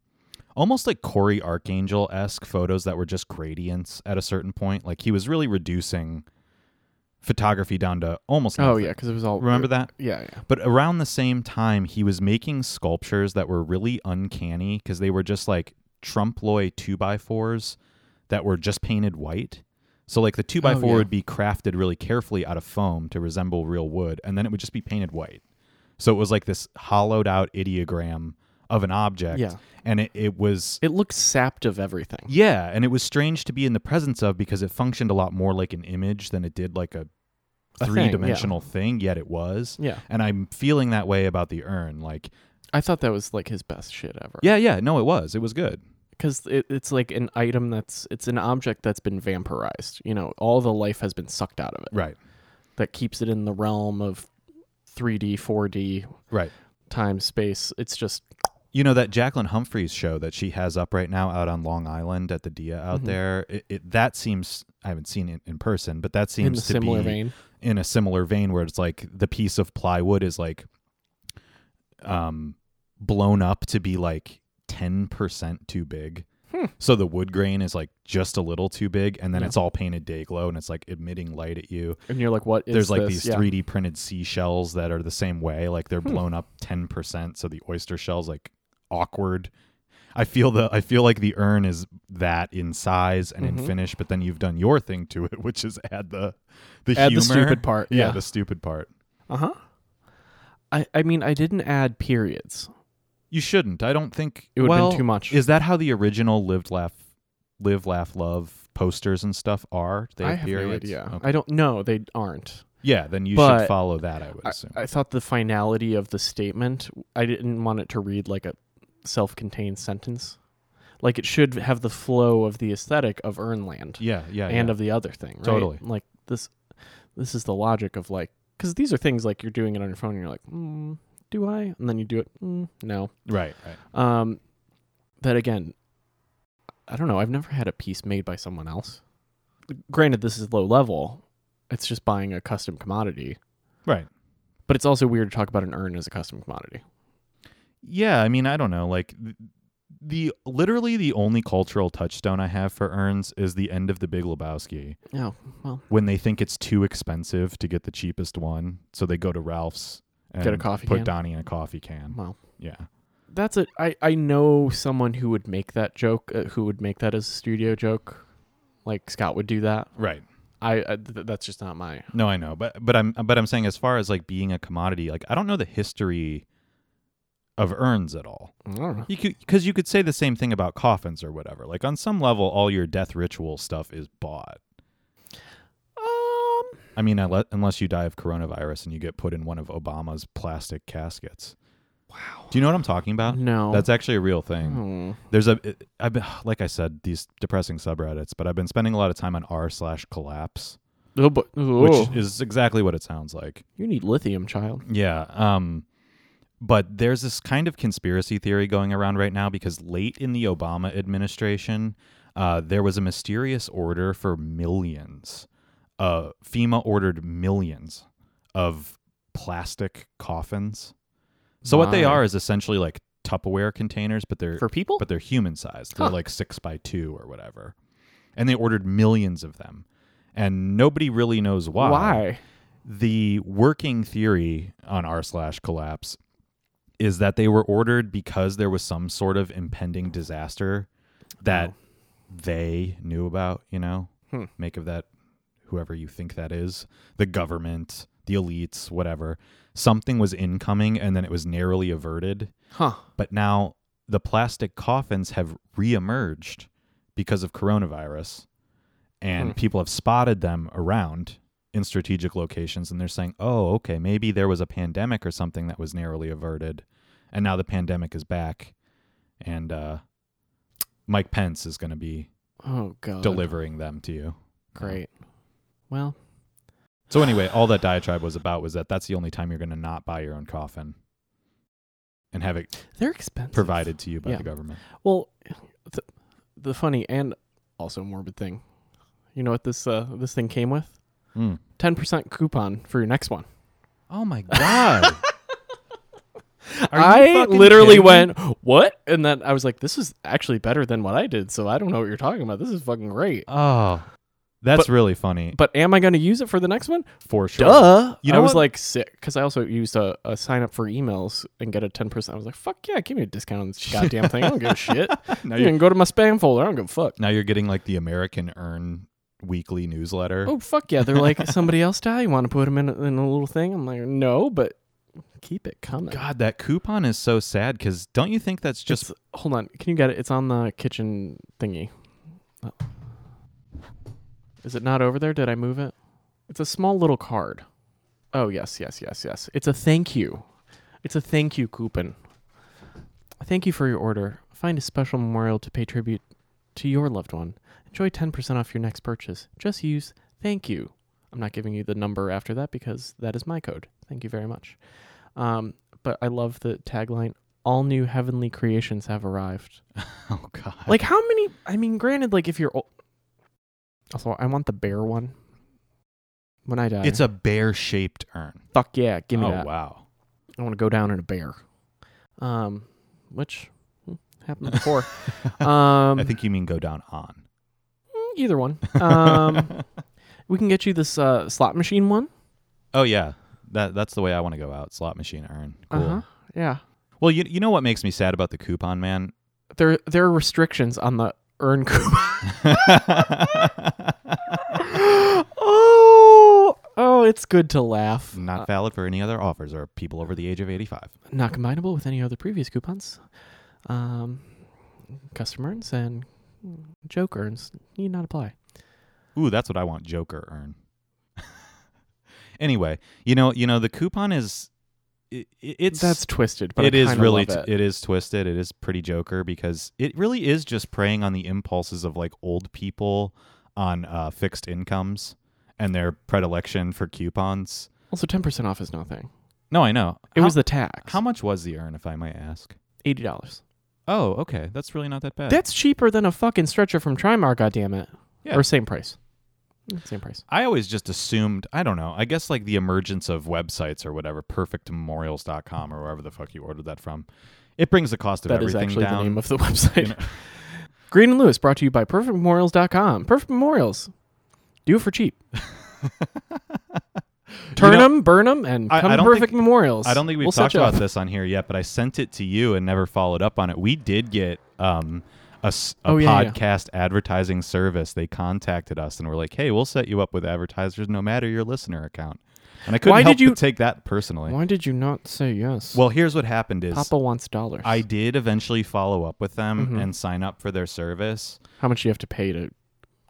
B: almost like Corey Archangel esque photos that were just gradients at a certain point. Like he was really reducing photography down to almost.
A: oh
B: nothing.
A: yeah because it was all
B: remember that?
A: yeah yeah
B: But around the same time, he was making sculptures that were really uncanny because they were just like trompe l'oeil two by fours that were just painted white. So like the two by
A: Oh,
B: four
A: yeah.
B: would be crafted really carefully out of foam to resemble real wood, and then it would just be painted white. So it was like this hollowed out ideogram of an object,
A: Yeah.
B: and it, it was
A: it looks sapped of everything
B: yeah, and it was strange to be in the presence of because it functioned a lot more like an image than it did like a
A: A thing, yeah.
B: three dimensional thing. Yet it was,
A: yeah
B: and I'm feeling that way about the urn. Like,
A: i thought that was like his best shit ever
B: yeah, yeah, no, it was, it was good.
A: because it, it's like an item that's it's an object that's been vampirized you know all the life has been sucked out of it
B: Right,
A: that keeps it in the realm of 3d 4d
B: right.
A: time space it's just
B: You know that Jacqueline Humphreys show that she has up right now out on Long Island at the Dia
A: Mm-hmm.
B: out there. It, it that seems I haven't seen it in person, but that
A: in the
B: seems to
A: similar
B: be
A: vein
B: in a similar vein where it's like the piece of plywood is like um, blown up to be like 10% too big.
A: Hmm.
B: So the wood grain is like just a little too big, and then
A: Yeah.
B: it's all painted day glow, and it's like emitting light at you.
A: And you're like, what is
B: There's like
A: this?
B: these
A: Yeah.
B: 3D printed seashells that are the same way, like they're
A: Hmm.
B: blown up 10%. So the oyster shell's like awkward. I feel the I feel like the urn is that in size and in
A: Mhm.
B: finish, but then you've done your thing to it, which is add the the
A: Add
B: humor.
A: the stupid part.
B: yeah,
A: Yeah.
B: the stupid part.
A: uh huh. I, I mean, I didn't add periods.
B: You shouldn't. I don't think
A: It would have
B: well,
A: been too much.
B: Is that how the original lived laugh live laugh love posters and stuff are? They
A: I
B: have
A: have no
B: periods?
A: idea.
B: Okay.
A: I don't know. They aren't.
B: Yeah, then you should
A: But
B: follow that, I would
A: I,
B: assume.
A: I thought the finality of the statement, I didn't want it to read like a self contained sentence. Like it should have the flow of the aesthetic of Urnland
B: yeah, yeah.
A: and
B: yeah.
A: of the other thing. Right?
B: Totally.
A: Like this, this is the logic of like, because these are things like you're doing it on your phone and you're like, mm, do I? And then you do it, mm, no.
B: right, right.
A: Um, that again, I don't know. I've never had a piece made by someone else. Granted, this is low level. It's just buying a custom commodity.
B: Right.
A: But it's also weird to talk about an urn as a custom commodity.
B: Yeah, I mean, I don't know. Like th- the literally the only cultural touchstone I have for urns is the end of the Big Lebowski
A: Oh, well,
B: when they think it's too expensive to get the cheapest one, so they go to Ralph's and
A: Get a coffee
B: put
A: can?
B: Donnie in a coffee can.
A: Wow.
B: Yeah.
A: that's a I I know someone who would make that joke, uh, who would make that as a studio joke. Like Scott would do that.
B: Right.
A: I, I th- that's just not my.
B: No, I know, but but I'm but I'm saying as far as like being a commodity, like I don't know the history of urns at all.
A: I don't know.
B: You could because you could say the same thing about coffins or whatever. Like on some level, all your death ritual stuff is bought.
A: Um,
B: I mean, unle- unless you die of coronavirus and you get put in one of Obama's plastic caskets. Wow. Do you know what I'm talking about?
A: no,
B: That's actually a real thing.
A: Hmm.
B: There's a, I've been, like I said, these depressing subreddits, but I've been spending a lot of time on r slash collapse,
A: Oh, but-
B: which
A: oh.
B: is exactly what it sounds like.
A: you need lithium, child.
B: Yeah. Um, but there's this kind of conspiracy theory going around right now because late in the Obama administration, uh, there was a mysterious order for millions. Uh, FEMA ordered millions of plastic coffins. So what they
A: My.
B: are is essentially like Tupperware containers, but they're
A: for people.
B: but they're human sized. They're
A: Huh.
B: like six by two or whatever, and they ordered millions of them, and nobody really knows why
A: Why?
B: the working theory on r slash collapse is that they were ordered because there was some sort of impending disaster that
A: Oh.
B: they knew about you know
A: Hmm.
B: make of that whoever you think that is the government the elites whatever something was incoming and then it was narrowly averted
A: Huh?
B: but now the plastic coffins have reemerged because of coronavirus, and
A: Hmm.
B: people have spotted them around in strategic locations, and they're saying, "Oh, okay, maybe there was a pandemic or something that was narrowly averted, and now the pandemic is back, and uh, Mike Pence is going to be
A: Oh god.
B: delivering them to you."
A: Great. Well,
B: So anyway, all that diatribe was about was that that's the only time you're going to not buy your own coffin and have it
A: they're expensive.
B: provided to you by
A: Yeah.
B: the government.
A: Well, the, the funny and also morbid thing. You know what this uh, this thing came with?
B: Mm.
A: Ten percent coupon for your next one.
B: Oh my god. Are you
A: I
B: fucking
A: literally
B: kidding me?
A: went, "What?" And then I was like, "This is actually better than what I did." So I don't know what you're talking about. This is fucking great.
B: Oh. That's
A: But-
B: really funny.
A: But am I going to use it for the next one?
B: For sure.
A: Duh.
B: You
A: You
B: know
A: know, I was
B: what?
A: like sick because I also used a, a sign up for emails and get a ten percent. I was like, "Fuck yeah, give me a discount on this goddamn thing. I don't give a shit.
B: Now
A: You
B: you're
A: can go to my spam folder. I don't give a fuck."
B: now you're getting like the American Earn weekly newsletter.
A: Oh fuck yeah! They're like somebody else die. You want to put them in a, in a little thing? I'm like, no, but keep it coming.
B: God, that coupon is so sad because don't you think that's just
A: It's- hold on. Can you get it? It's on the kitchen thingy. Oh. Is it not over there? Did I move it? It's a small little card. Oh yes, yes, yes, yes. It's a thank you. It's a thank you coupon. Thank you for your order. Find a special memorial to pay tribute to your loved one. Enjoy 10% off your next purchase. Just use thank you. I'm not giving you the number after that because that is my code. Thank you very much. Um, but I love the tagline all new heavenly creations have arrived.
B: oh god.
A: Like, how many? I mean, granted, like, if you're. Old, also, I want the bear one. When I die.
B: it's a bear shaped urn.
A: Fuck yeah, give me
B: oh
A: that.
B: wow.
A: I want to go down in a bear. um, which hmm, happened before. um,
B: I think you mean go down on.
A: either one. Um, we can get you this uh, slot machine one.
B: oh yeah, that that's the way I want to go out. Slot machine earn. Cool.
A: Uh-huh. Yeah,
B: Well, you you know what makes me sad about the coupon man?
A: there there are restrictions on the earn coupon. oh, oh, it's good to laugh.
B: Not valid for any other offers or people over the age of 85.
A: Not combinable with any other previous coupons. Um, customer earns and joke earns need not apply.
B: Ooh, that's what I want Joker earn. anyway, you know, you know the coupon is i i- it's
A: That's twisted, but
B: it
A: I
B: is
A: kinda
B: really
A: love
B: t-
A: it.
B: it is twisted. It is pretty Joker because it really is just preying on the impulses of like old people on uh, fixed incomes and their predilection for coupons.
A: also ten percent off is nothing.
B: No, I know.
A: It
B: How-
A: was the tax.
B: how much was the earn, if I might ask?
A: eighty dollars?
B: Oh, okay, that's really not that bad.
A: That's cheaper than a fucking stretcher from Trimar. Goddamn it!
B: Yeah.
A: Or same price. Mm, Same price.
B: I always just assumed, I don't know, I guess like the emergence of websites or whatever, perfectmemorials.com or wherever the fuck you ordered that from, it brings the cost of
A: That is
B: everything
A: actually
B: down.
A: the name of the website.
B: You know-
A: Green and Lewis brought to you by PerfectMemorials.com. Perfect Memorials. Do it for cheap. Turn
B: You know,
A: them, burn them, and
B: I-
A: come
B: I
A: to
B: don't
A: Perfect Memorials.
B: I don't think we've
A: We'll set
B: talked
A: you
B: about
A: up.
B: this on here yet, but I sent it to you and never followed up on it. We did get um, a, s- a
A: Oh, yeah, yeah.
B: podcast advertising service. They contacted us and were like, hey, we'll set you up with advertisers no matter your listener account. And I couldn't
A: Why
B: help
A: did you-
B: but take that personally.
A: Why did you not say yes?
B: Well, here's what happened is
A: Papa wants dollars.
B: I did eventually follow up with them
A: Mhm.
B: and sign up for their service.
A: How much do you have to pay to?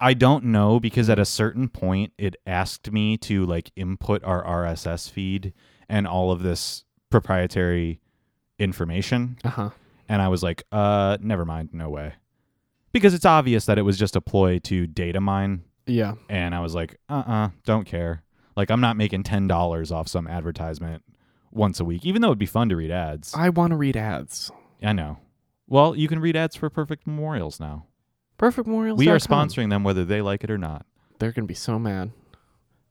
B: I don't know because at a certain point it asked me to like input our RSS feed and all of this proprietary information
A: Uh huh.
B: and I was like, uh never mind, no way. Because it's obvious that it was just a ploy to data mine
A: Yeah.
B: and I was like, uh-uh, don't care. Like I'm not making $10 off some advertisement once a week even though it'd be fun to read ads.
A: I want to read ads.
B: I know. Well, you can read ads for Perfect Memorials now.
A: Perfect Memorials.
B: We are sponsoring them whether they like it or not.
A: They're gonna be so mad.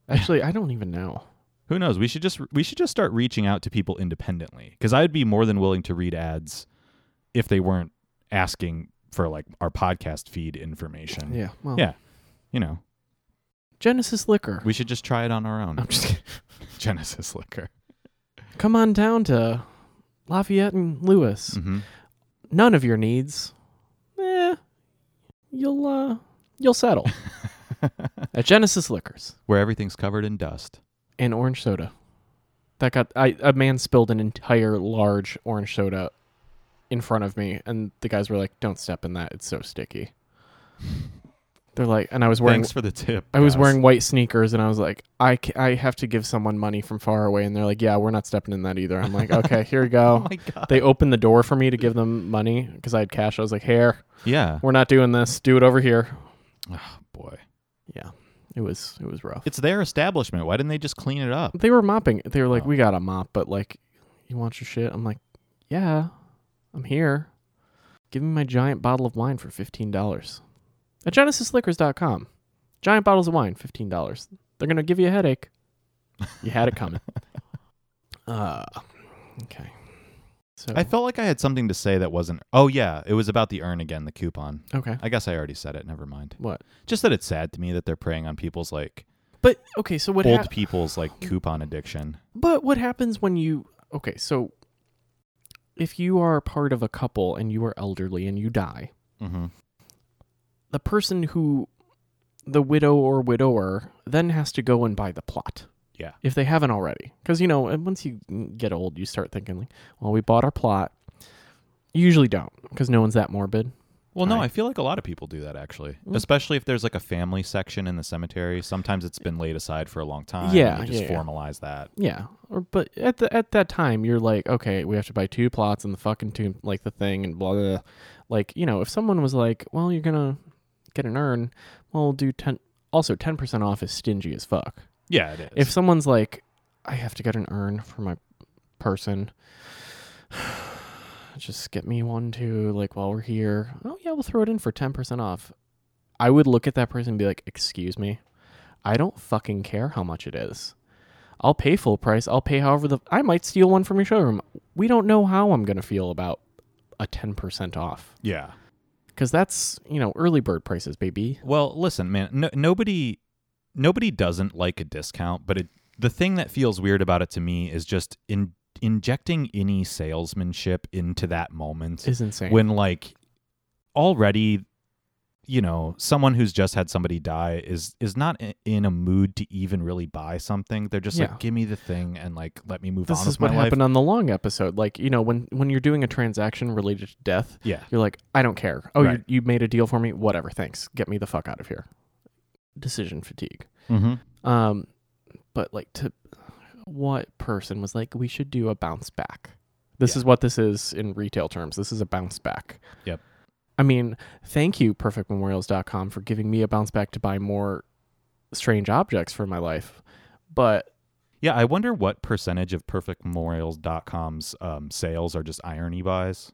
A: Actually, I don't even know.
B: Who knows? We should just we should just start reaching out to people independently because I'd be more than willing to read ads if they weren't asking for like our podcast feed information.
A: Yeah. Well.
B: Yeah. You know,
A: Genesis Liquor.
B: we should just try it on our own.
A: I'm just kidding.
B: Genesis liquor.
A: Come on down to Lafayette and Lewis.
B: hmm
A: none of your needs, eh, you'll uh, you'll settle at Genesis Liquors
B: Where everything's covered in dust.
A: and orange soda. That got I a man spilled an entire large orange soda in front of me, and the guys were like, "Don't step in that; it's so sticky." They're like, and I was wearing
B: Thanks for the tip.
A: I was
B: guys.
A: wearing white sneakers, and I was like, I, ca- I have to give someone money from far away, and they're like, "Yeah, we're not stepping in that either." I'm like, "Okay, here you
B: Oh
A: go."
B: my god.
A: they opened the door for me to give them money because I had cash. I was like, "Here."
B: Yeah.
A: we're not doing this. Do it over here.
B: Oh, boy.
A: Yeah, it was it was rough.
B: It's their establishment. Why didn't they just clean it up?
A: they were mopping. They were like,
B: Oh.
A: "We got to mop," but like, you want your shit? I'm like, yeah, I'm here. Give me my giant bottle of wine for fifteen dollars at GenesisLiquors.com. Giant bottles of wine, fifteen dollars. They're gonna give you a headache. You had it coming. uh, okay. So
B: I felt like I had something to say that wasn't. Oh yeah, it was about the earn again, the coupon.
A: okay.
B: I guess I already said it. Never mind.
A: What?
B: Just that it's sad to me that they're preying on people's like
A: But okay, so what?
B: old
A: hap-
B: people's like coupon addiction.
A: But what happens when you okay, so if you are part of a couple and you are elderly and you die,
B: Mm-hmm.
A: the person who the widow or widower then has to go and buy the plot.
B: Yeah.
A: If they haven't already. Cuz you know, and once you get old, you start thinking like, well, we bought our plot. You usually don't cuz no one's that morbid.
B: Well, no,
A: Right.
B: I feel like a lot of people do that actually,
A: Mm.
B: especially if there's like a family section in the cemetery. Sometimes it's been laid aside for a long time.
A: Yeah,
B: and they just
A: yeah, yeah.
B: formalize that.
A: Yeah. Or, but at the at that time you're like, okay, we have to buy two plots and the fucking two like the thing and blah blah. blah. Like, you know, if someone was like, Well, you're gonna get an urn, well we'll do ten also ten percent off is stingy as fuck.
B: Yeah, it is.
A: If someone's like, I have to get an urn for my person just get me one too, like while we're here. Oh yeah, we'll throw it in for ten percent off. I would look at that person and be like, excuse me. I don't fucking care how much it is. I'll pay full price. I'll pay however the I might steal one from your showroom. we don't know how I'm going to feel about a 10% off
B: Yeah.
A: because that's, you know, early bird prices, baby.
B: Well, listen, man. No, nobody, nobody doesn't like a discount, but it, the thing that feels weird about it to me is just in, injecting any salesmanship into that moment
A: Is insane.
B: when, like, already, you know, someone who's just had somebody die is is not i- in a mood to even really buy something. They're just
A: Yeah.
B: like, give me the thing and like let me move on
A: this
B: with
A: is what
B: my life.
A: happened on the long episode. Like, you know, when when you're doing a transaction related to death,
B: Yeah.
A: you're like, I don't care. Oh,
B: Right.
A: you, you made a deal for me. Whatever. Thanks. Get me the fuck out of here. Decision fatigue.
B: Mm-hmm.
A: Um, but like to what person was like, we should do a bounce back. This
B: Yeah.
A: is what this is in retail terms. This is a bounce back.
B: Yep.
A: I mean, thank you, perfectmemorials.com, for giving me a bounce back to buy more strange objects for my life. But
B: Yeah, I wonder what percentage of perfectmemorials.com's um, sales are just irony buys.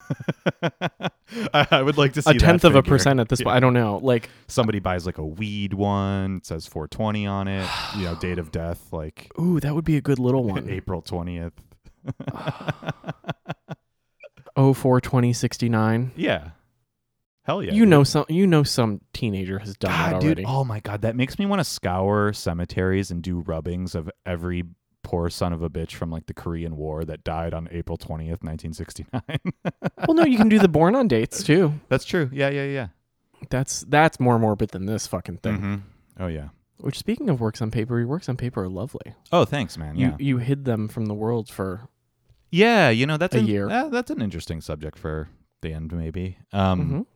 B: I, I would like to see
A: a
B: that
A: tenth of a
B: figure.
A: percent at this point, I don't know. Like,
B: Somebody buys like a weed one, it says 420 on it, you know, date of death, like
A: ooh, that would be a good little one.
B: April 20th.
A: Oh, four twenty sixty nine.
B: Yeah. Hell yeah.
A: you know some. You know some teenager has done that
B: God,
A: already.
B: dude. Oh my God. That makes me want to scour cemeteries and do rubbings of every poor son of a bitch from like the Korean War that died on April 20th, 1969.
A: well, no, you can do the born on dates too.
B: That's true. Yeah, yeah, yeah.
A: That's that's more morbid than this fucking thing.
B: Oh yeah.
A: Which, speaking of works on paper, your works on paper are lovely.
B: Oh, thanks, man. Yeah.
A: You you hid them from the world for
B: yeah, you know that's
A: A
B: an-
A: year.
B: that- that's an interesting subject for the end, maybe. Um,
A: Mhm.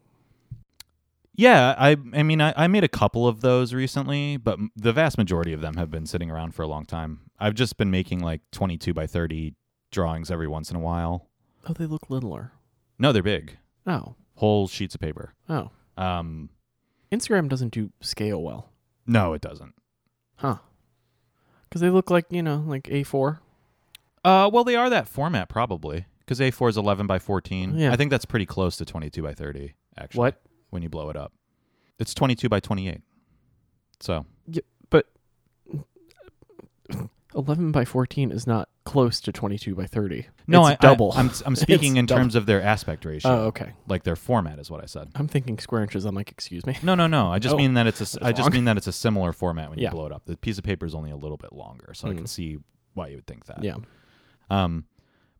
B: Yeah, I I mean I, I made a couple of those recently, but m- the vast majority of them have been sitting around for a long time. I've just been making like twenty two by thirty drawings every once in a while.
A: oh they look littler.
B: No, they're big,
A: Oh
B: whole sheets of paper.
A: oh,
B: Um,
A: Instagram doesn't do scale well,
B: no, it doesn't.
A: huh? Because they look like you know like A four.
B: Uh, well, they are that format probably because A four is eleven by fourteen.
A: Yeah.
B: I think that's pretty close to twenty two by thirty. Actually,
A: What?
B: when you blow it up, it's twenty two by twenty eight. So
A: Eleven by fourteen is not close to twenty two by thirty.
B: no,
A: It's
B: I,
A: double.
B: I, am I'm speaking
A: It's
B: in
A: double.
B: terms of their aspect ratio,
A: oh okay.
B: like their format is what I said.
A: I'm thinking square inches. I'm like, excuse me.
B: No, no, no. I just
A: Oh,
B: mean that it's a. s- I just
A: wrong.
B: mean that it's a similar format when you
A: Yeah.
B: blow it up. The piece of paper is only a little bit longer, so I can
A: Mm.
B: see why you would think that.
A: Yeah.
B: Um,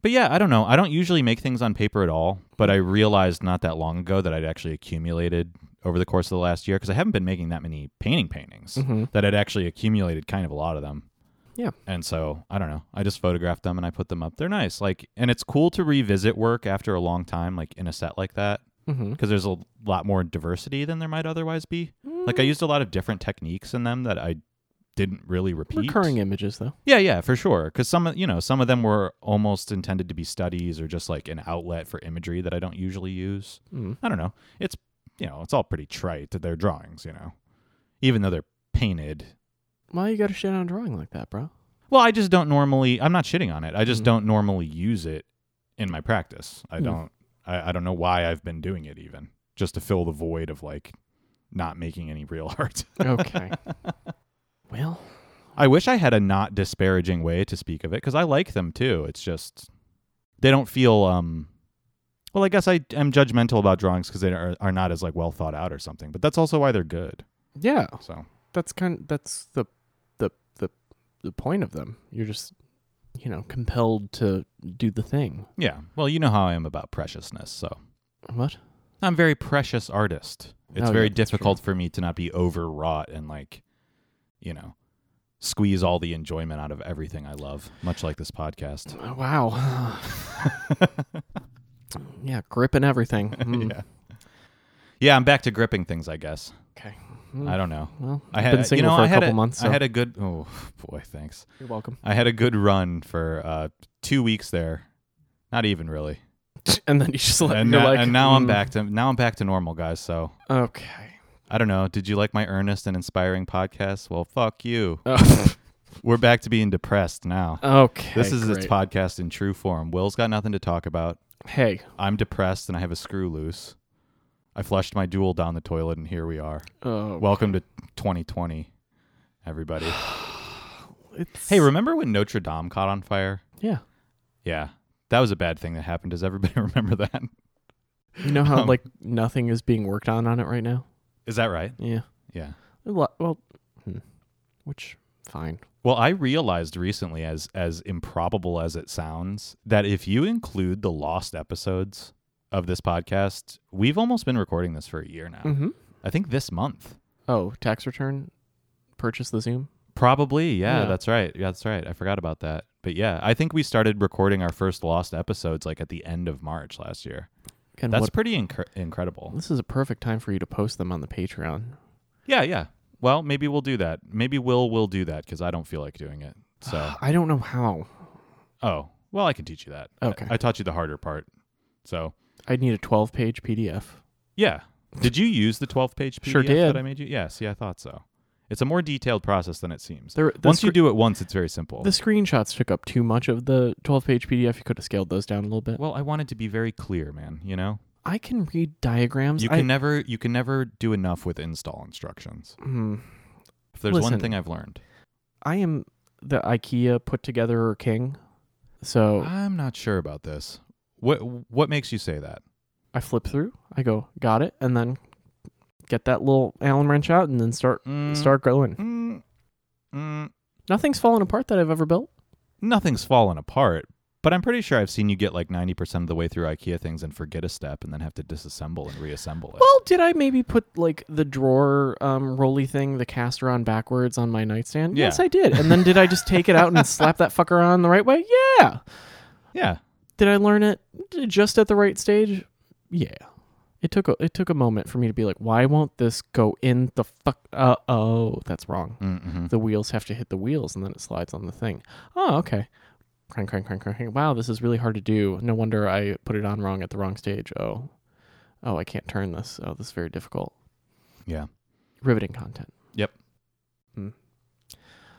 B: but yeah, I don't know. I don't usually make things on paper at all, but I realized not that long ago that I'd actually accumulated over the course of the last year because I haven't been making that many painting paintings
A: Mm-hmm.
B: that I'd actually accumulated kind of a lot of them.
A: Yeah.
B: And so I don't know. I just photographed them and I put them up. They're nice. Like, and it's cool to revisit work after a long time, like in a set like that,
A: Mm-hmm.
B: because there's a lot more diversity than there might otherwise be. Like, I used a lot of different techniques in them that I didn't really repeat.
A: recurring images though.
B: Yeah, yeah, for sure. Because some, of- you know, some of them were almost intended to be studies or just like an outlet for imagery that I don't usually use.
A: Mm.
B: I don't know. It's, you know, it's all pretty trite. They're drawings, you know, even though they're painted.
A: Why you got to shit on a drawing like that, bro?
B: Well, I just don't normally. I'm not shitting on it. I just
A: Mhm.
B: don't normally use it in my practice. I
A: Mhm.
B: don't. I, I don't know why I've been doing it even just to fill the void of like not making any real art.
A: Okay. well,
B: I wish I had a not disparaging way to speak of it because I like them too. It's just they don't feel um well, I guess I am judgmental about drawings because they are, are not as like well thought out or something. But that's also why they're good.
A: yeah.
B: So
A: that's kind that's the the the the point of them. You're just you know compelled to do the thing.
B: yeah. Well, you know how I am about preciousness. So
A: What?
B: I'm a very precious artist. It's
A: Oh,
B: very
A: yeah, that's true.
B: difficult for me to not be overwrought and like you know squeeze all the enjoyment out of everything I love, much like this podcast.
A: Oh, Wow. yeah, gripping everything. Mm.
B: Yeah. Yeah, I'm back to gripping things, I guess.
A: Okay.
B: I don't know.
A: Hmm. Well,
B: I
A: I've
B: had
A: been single
B: you know,
A: for
B: I
A: a
B: had
A: couple months,
B: I
A: so-
B: had a good oh boy, thanks.
A: you're welcome.
B: I had a good run for uh, two weeks there, not even really.
A: And then you just like
B: And,
A: you're
B: now-
A: like,
B: and now I'm
A: mm,
B: back to now I'm back to normal, guys. So
A: Okay.
B: I don't know. Did you like my earnest and inspiring podcast? Well, fuck you.
A: Oh,
B: We're back to being depressed now.
A: okay.
B: this is this
A: great.
B: podcast in true form. Will's got nothing to talk about.
A: Hey.
B: I'm depressed and I have a screw loose. I flushed my duel down the toilet, and here we are.
A: Oh,
B: Welcome to 2020, everybody.
A: it's
B: Hey, remember when Notre Dame caught on fire?
A: yeah.
B: Yeah. That was a bad thing that happened. Does everybody remember that?
A: You know how
B: Um,
A: like nothing is being worked on on it right now.
B: Is that right?
A: Yeah.
B: Yeah.
A: A lot, well, hmm. which fine.
B: Well, I realized recently, as as improbable as it sounds, that if you include the lost episodes of this podcast, we've almost been recording this for a year now.
A: Mm-hmm.
B: I think this month,
A: Oh, tax return, purchase the Zoom.
B: probably. Yeah,
A: Yeah.
B: that's right. Yeah, that's right. I forgot about that. But yeah, I think we started recording our first lost episodes like at the end of March last year.
A: Ken,
B: That's
A: what-
B: pretty incre- incredible.
A: this is a perfect time for you to post them on the Patreon.
B: Yeah, yeah. Well, maybe we'll do that. Maybe we'll will do that because I don't feel like doing it. So,
A: I don't know how.
B: oh, well, I can teach you that. I-
A: Okay.
B: I taught you the harder part. So.
A: I'd need a 12-page PDF.
B: Yeah. Did you use the 12 page PDF
A: Sure did.
B: that I made you? Yeah, see, I thought so. It's a more detailed process than it seems.
A: There, the
B: Once you
A: scre-
B: do it once, it's very simple.
A: the screenshots took up too much of the 12-page PDF. You could have scaled those down a little bit.
B: well, I wanted to be very clear, man, you know?
A: I can read diagrams.
B: You
A: I-
B: can never you can never do enough with install instructions.
A: Hmm.
B: If there's one
A: Listen.
B: thing I've learned.
A: I am the IKEA put together king. So
B: I'm not sure about this. What what makes you say that?
A: I flip through, I go, got it, and then get that little Allen wrench out and then start
B: Mm,
A: start going.
B: mm, mm,
A: Nothing's fallen apart that I've ever built.
B: nothing's fallen apart, but I'm pretty sure I've seen you get like 90% of the way through IKEA things and forget a step and then have to disassemble and reassemble it.
A: Well, did I maybe put like the drawer um roly thing, the caster on backwards on my nightstand?
B: Yeah.
A: Yes, I did. And then did I just take it out and slap that fucker on the right way? Yeah.
B: yeah.
A: Did I learn it d- just at the right stage? Yeah. It took a, it took a moment for me to be like, why won't this go in the fuck? Uh oh, that's wrong.
B: Mm-hmm.
A: the wheels have to hit the wheels and then it slides on the thing. Oh, okay. Crank, crank, crank, crank, crank. Wow, this is really hard to do. No wonder I put it on wrong at the wrong stage. Oh, oh, I can't turn this. Oh, this is very difficult.
B: Yeah.
A: Riveting content.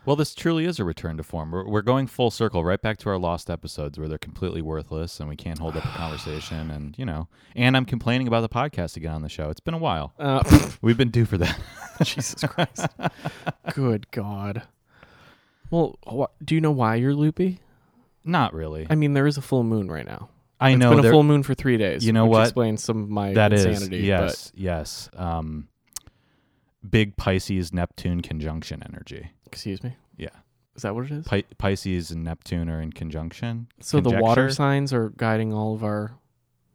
B: Well, this truly is a return to form. We're, we're going full circle, right back to our lost episodes where they're completely worthless and we can't hold up a conversation. And, you know, and I'm complaining about the podcast again on the show. It's been a while.
A: Uh,
B: We've been due for that.
A: Jesus Christ. Good God. Well, wh- do you know why you're loopy?
B: Not really.
A: I mean, there is a full moon right now.
B: I
A: It's
B: know
A: been a
B: there-
A: full moon for three days.
B: You know
A: which
B: what?
A: Explains some of my
B: that is.
A: insanity. but-
B: Yes. Yes. Um, big Pisces Neptune conjunction energy.
A: excuse me.
B: Yeah.
A: Is that what it is?
B: Pi- Pisces and Neptune are in conjunction.
A: so the water
B: conjecture?
A: signs are guiding all of our.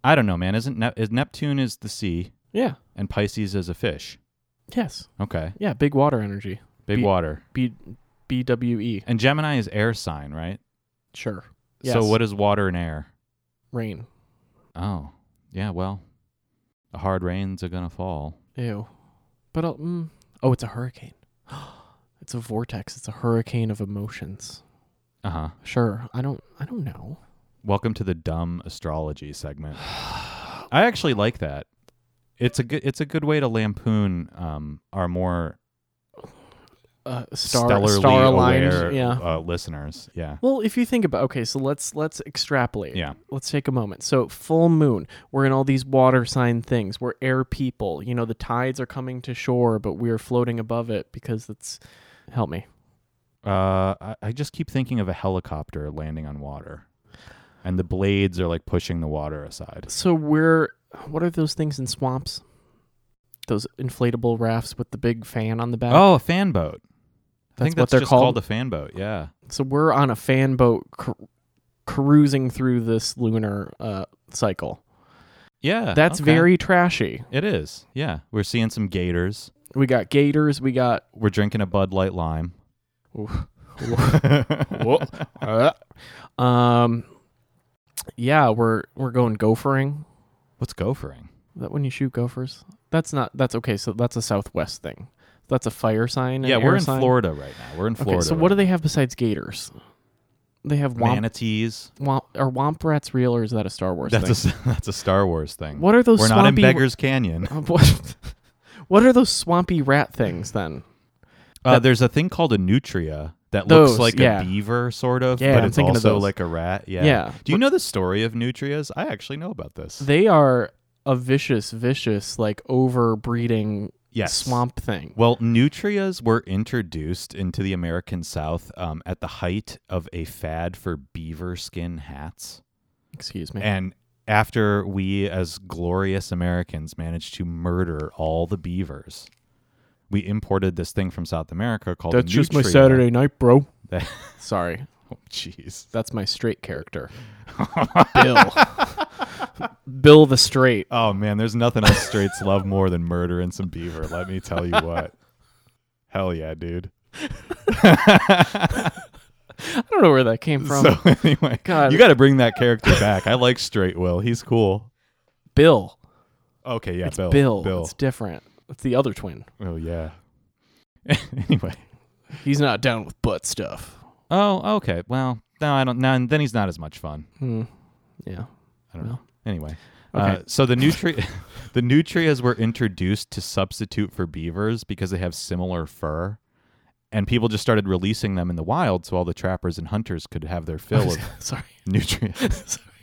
B: I don't know, man. Isn't Nep- is Neptune is the sea
A: Yeah.
B: and Pisces is a fish?
A: Yes.
B: Okay.
A: Yeah, big water energy.
B: Big
A: Be-
B: water.
A: B B W E.
B: And Gemini is air sign, right?
A: Sure.
B: So
A: Yes.
B: what is water and air?
A: Rain.
B: Oh, yeah. Well, the hard rains are gonna fall.
A: Ew. But I'll, mm, oh, it's a hurricane. it's a vortex. It's a hurricane of emotions.
B: Uh huh.
A: Sure. I don't. I don't know.
B: Welcome to the dumb astrology segment. I actually like that. It's a good. It's a good way to lampoon um, our more
A: Uh, star
B: stellarly
A: star
B: aware
A: aligned. Yeah.
B: uh, listeners. Yeah.
A: Well, if you think about okay, so let's let's extrapolate.
B: Yeah.
A: Let's take a moment. So full moon, we're in all these water sign things. We're air people. You know, the tides are coming to shore, but we are floating above it because it's help me.
B: Uh, I, I just keep thinking of a helicopter landing on water, and the blades are like pushing the water aside.
A: So we're what are those things in swamps? Those inflatable rafts with the big fan on the back.
B: Oh, a fan boat. I
A: That's
B: think
A: what
B: that's
A: they're
B: just
A: called?
B: a fan boat. Yeah.
A: So we're on a fan boat cr- cruising through this lunar uh, cycle.
B: Yeah.
A: That's
B: Uh, okay.
A: very trashy.
B: It is. Yeah. We're seeing some gators.
A: We got gators. We got
B: We're drinking a Bud Light Lime.
A: uh, um, yeah, we're we're going gophering.
B: What's gophering?
A: Is that when you shoot gophers? That's not. That's okay. So that's a southwest thing. That's a fire sign. an
B: yeah, we're
A: air
B: in
A: sign.
B: Florida right now. We're in Florida.
A: Okay, so what do
B: right
A: they have besides gators? They have
B: now.
A: womp
B: manatees?
A: Womp, are Womp Rats real or is that a Star Wars
B: That's a
A: thing?
B: s- that's a Star Wars thing.
A: what are those
B: We're not in
A: swampy?
B: Beggars Canyon.
A: Uh, what, what are those swampy rat things then?
B: Uh,
A: That-
B: there's a thing called a nutria that
A: Those,
B: looks like
A: yeah.
B: a beaver, sort of,
A: Yeah,
B: but
A: I'm
B: it's
A: thinking of
B: also
A: those.
B: like a rat. Yeah.
A: Yeah,
B: Do you know the story of nutrias? I actually know about this.
A: they are a vicious, vicious like overbreeding
B: yes.
A: swamp thing.
B: Well, nutrias were introduced into the American South um, at the height of a fad for beaver skin hats.
A: Excuse me.
B: And after we, as glorious Americans, managed to murder all the beavers, we imported this thing from South America called.
A: That's just my
B: nutria.
A: Saturday night, bro.
B: That-
A: Sorry.
B: Oh, Jeez.
A: That's my straight character. Bill. Bill the straight.
B: Oh man, there's nothing else straights love more than murder and some beaver. Let me tell you what. Hell yeah, dude.
A: I don't know where that came from.
B: so anyway,
A: God.
B: you got to bring that character back. I like Straight Will. He's cool.
A: Bill.
B: Okay, yeah,
A: It's
B: Bill.
A: Bill.
B: Bill.
A: It's different. It's the other twin.
B: Oh yeah. anyway.
A: He's not down with butt stuff.
B: Oh, okay. Well, no, I don't. Now and then he's not as much fun.
A: Hmm. Yeah.
B: I don't know.
A: Well.
B: Anyway,
A: Okay.
B: uh, so the nutri- the nutrias were introduced to substitute for beavers because they have similar fur, and people just started releasing them in the wild so all the trappers and hunters could have their fill of
A: Sorry.
B: nutrias.
A: Sorry.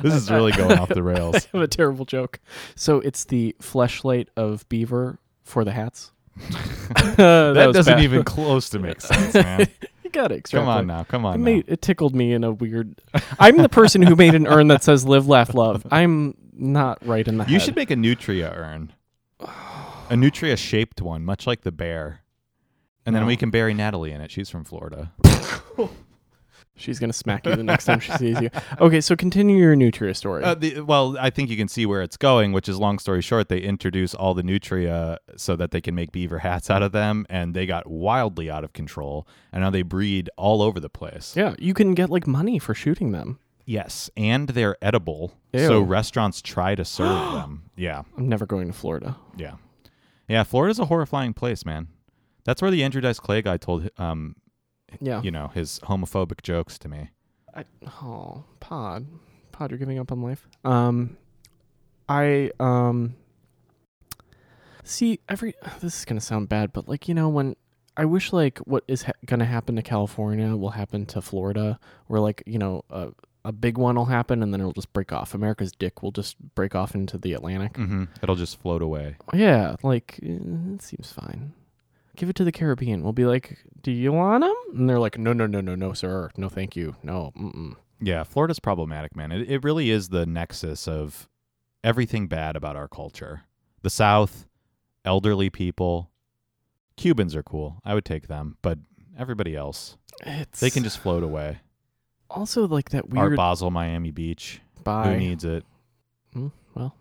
B: This is really going off the rails.
A: I have a terrible joke. So it's the fleshlight of beaver for the hats. that
B: That
A: was
B: doesn't
A: bad.
B: even close to make sense, man.
A: You got it.
B: Come on now, come
A: It,
B: on. Now.
A: made, it tickled me in a weird. I'm the person who made an urn that says "Live, Laugh, Love." I'm not right in the
B: You
A: head.
B: should make a nutria urn, a nutria shaped one, much like the bear, and then
A: No.
B: we can bury Natalie in it. She's from Florida.
A: She's gonna smack you the next time she sees you. Okay, so continue your nutria story.
B: Uh, the, well, I think you can see where it's going, which is long story short, they introduce all the nutria so that they can make beaver hats out of them, and they got wildly out of control, and now they breed all over the place.
A: yeah, you can get like money for shooting them.
B: Yes, and they're edible, so
A: Ew.
B: restaurants try to serve them. Yeah,
A: I'm never going to Florida.
B: yeah, yeah. Florida's a horrifying place, man. That's where the Andrew Dice Clay guy told, um,
A: Yeah.
B: you know, his homophobic jokes to me.
A: I, oh, Pod, Pod, you're giving up on life. Um, I um. See, every this is gonna sound bad, but like you know when. I wish like what is ha- gonna happen to California will happen to Florida, where like you know a a big one will happen and then it'll just break off. America's dick will just break off into the Atlantic.
B: hmm It'll just float away.
A: Yeah, like eh, it seems fine. Give it to the Caribbean. We'll be like, "Do you want them?" And they're like, "No, no, no, no, no, sir. No, thank you. No." Mm-mm.
B: Yeah, Florida's problematic, man. It, it really is the nexus of everything bad about our culture. The South, elderly people, Cubans are cool. I would take them, but everybody else,
A: It's
B: they can just float away.
A: also like that
B: Art
A: weird
B: Basel, Miami Beach. Who
A: buy.
B: needs it?
A: Mm, well,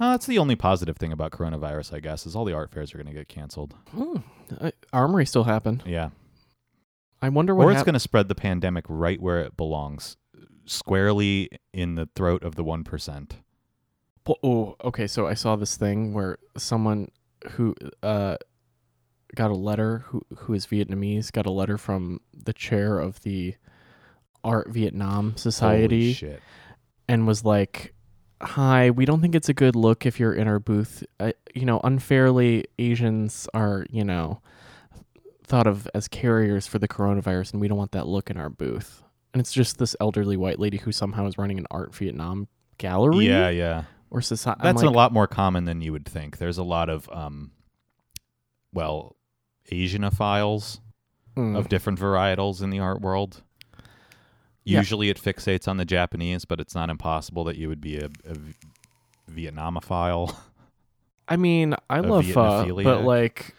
B: Uh, that's the only positive thing about coronavirus, I guess, is all the art fairs are going to get canceled.
A: mm, I- armory still happened.
B: Yeah.
A: I wonder
B: Or
A: what.
B: it's
A: hap-
B: going to spread the pandemic right where it belongs, squarely in the throat of the 1%.
A: Po- oh, okay. So I saw this thing where someone who uh got a letter who who is Vietnamese got a letter from the chair of the Art Vietnam Society.
B: Holy shit.
A: and was like, "Hi, we don't think it's a good look if you're in our booth. Uh, you know, unfairly, Asians are you know thought of as carriers for the coronavirus, and we don't want that look in our booth." And it's just this elderly white lady who somehow is running an art Vietnam gallery
B: Yeah, yeah.
A: or society.
B: That's a lot more common than you would think. There's a lot of, um, well, Asianophiles
A: "Hmm." Mm-hmm.
B: of different varietals in the art world.
A: Yeah.
B: Usually it fixates on the Japanese, but it's not impossible that you would be a, a V- Vietnamophile.
A: I mean, I
B: of
A: love pho, but
B: Vietnaphiliac.
A: like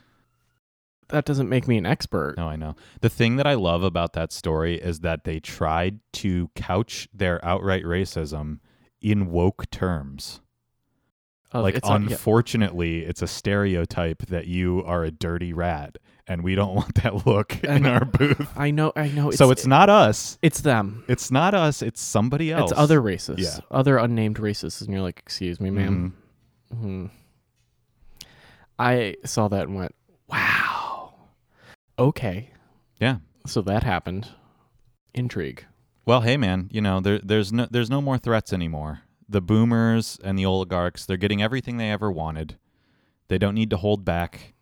A: that doesn't make me an expert.
B: no, I know. The thing that I love about that story is that they tried to couch their outright racism in woke terms.
A: Of-
B: like
A: it's not- yeah.
B: unfortunately it's a stereotype that you are a dirty rat and we don't want that look in
A: And-
B: our booth
A: I know, I know.
B: so it's not us
A: it's them.
B: it's not us it's somebody else
A: It's other racists.
B: Yeah.
A: Other unnamed racists. And you're like, excuse me, ma'am.
B: Mm-hmm.
A: Mhm. I saw that and went, wow. Okay.
B: yeah
A: So that happened. Intrigue.
B: well hey man you know there, there's no there's no more threats anymore the boomers and the oligarchs they're getting everything they ever wanted they don't need to hold back